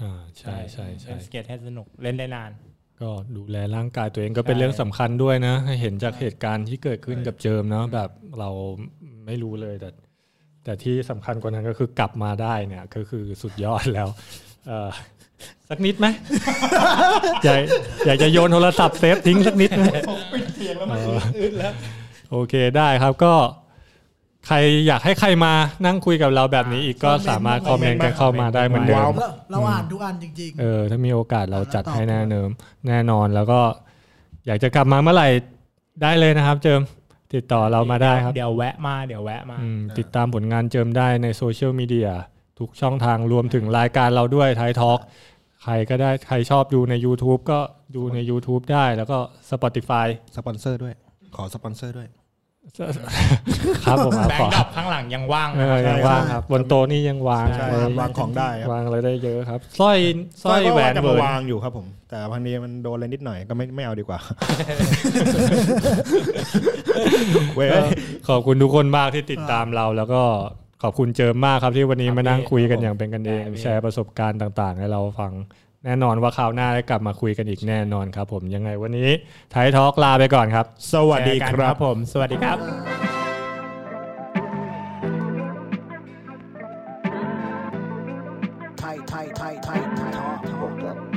อ่า
ๆ
ใช่ใช่ใช่
เล่นสเก็ตให้สนุกเล่นได้นาน
ก็ดูแลร่างกายตัวเองก็เป็น
ใช่
เรื่องสำคัญด้วยนะให้เห็นจากเหตุการณ์ที่เกิดขึ้นกับเจิมเนาะแบบเราไม่รู้เลยแต่ แต่ที่สำคัญกว่านั้นก็คือกลับมาได้เนี่ยก็คือสุดยอดแล้วเออสักนิด ไหม อยากอยากจะโยนโทรศัพท์เซฟทิ้งสักนิดไหม
ปิดเสียงแล้วมัน
โอเคได้ครับก็ ใครอยากให้ใครมานั่งคุยกับเราแบบนี้อีกก็สามารถคอมเมนต์กันเข้ามาได้เหมือนเดิม
เราเราอ่านทุกอันจริง
เออถ้ามีโอกาสเราจัดให้แน่เนิมแน่นอนแล้วก็ อยากจะกลับมาเมื่อไหร่ได้เลยนะครับ เจิมติดต่อเรามาได้ครับ
เดี๋ยวแวะมาเดี๋ยวแวะมา
อืมติดตามผลงานเจิมได้ในโซเชียลมีเดียทุกช่องทางรวมถึงรายการเราด้วยไทยทอล์กใครก็ได้ใครชอบดูใน YouTube ก็ดูใน YouTube ได้แล้วก็ Spotify
สปอนเซอร์ด้วย ขอสปอนเซอร์ด้วย
ครับ ผมครับ
แบง
ขอ
ค์ดรอปข้างหลังยังว่าง
เออยังว่างครับบนโต๊ะนี่ยังวาง
ใช่วางของได้ครับ
วางอะไรได้เยอะครับสร้อยสร้อยแหวน
จะ
เวิ
มา
ร์น
วางอยู่ครับผม แต่วันนี้มันโดนอะไรนิดหน่อยก็ไม่ไม่เอาดีกว่า เว้ย
เออขอบคุณทุกคนมากที่ติดตามเรา แล้วก็ขอบคุณเจิมมากครับที่วันนี้มานั่งคุยกันอย่างเป็นกันเอง แชร์ประสบการณ์ต่างๆ ให้เราฟังแน่นอนว่าคราวหน้าได้กลับมาคุยกันอีกแน่นอนครับ ผมยังไงวันนี้ไทยทอล์กลาไปก่อนครับ
สวัสดี
เจอ
ค
กัน
รับ
ผม สวัสดีครับ
tight tight tight tight talk
Pocahontas.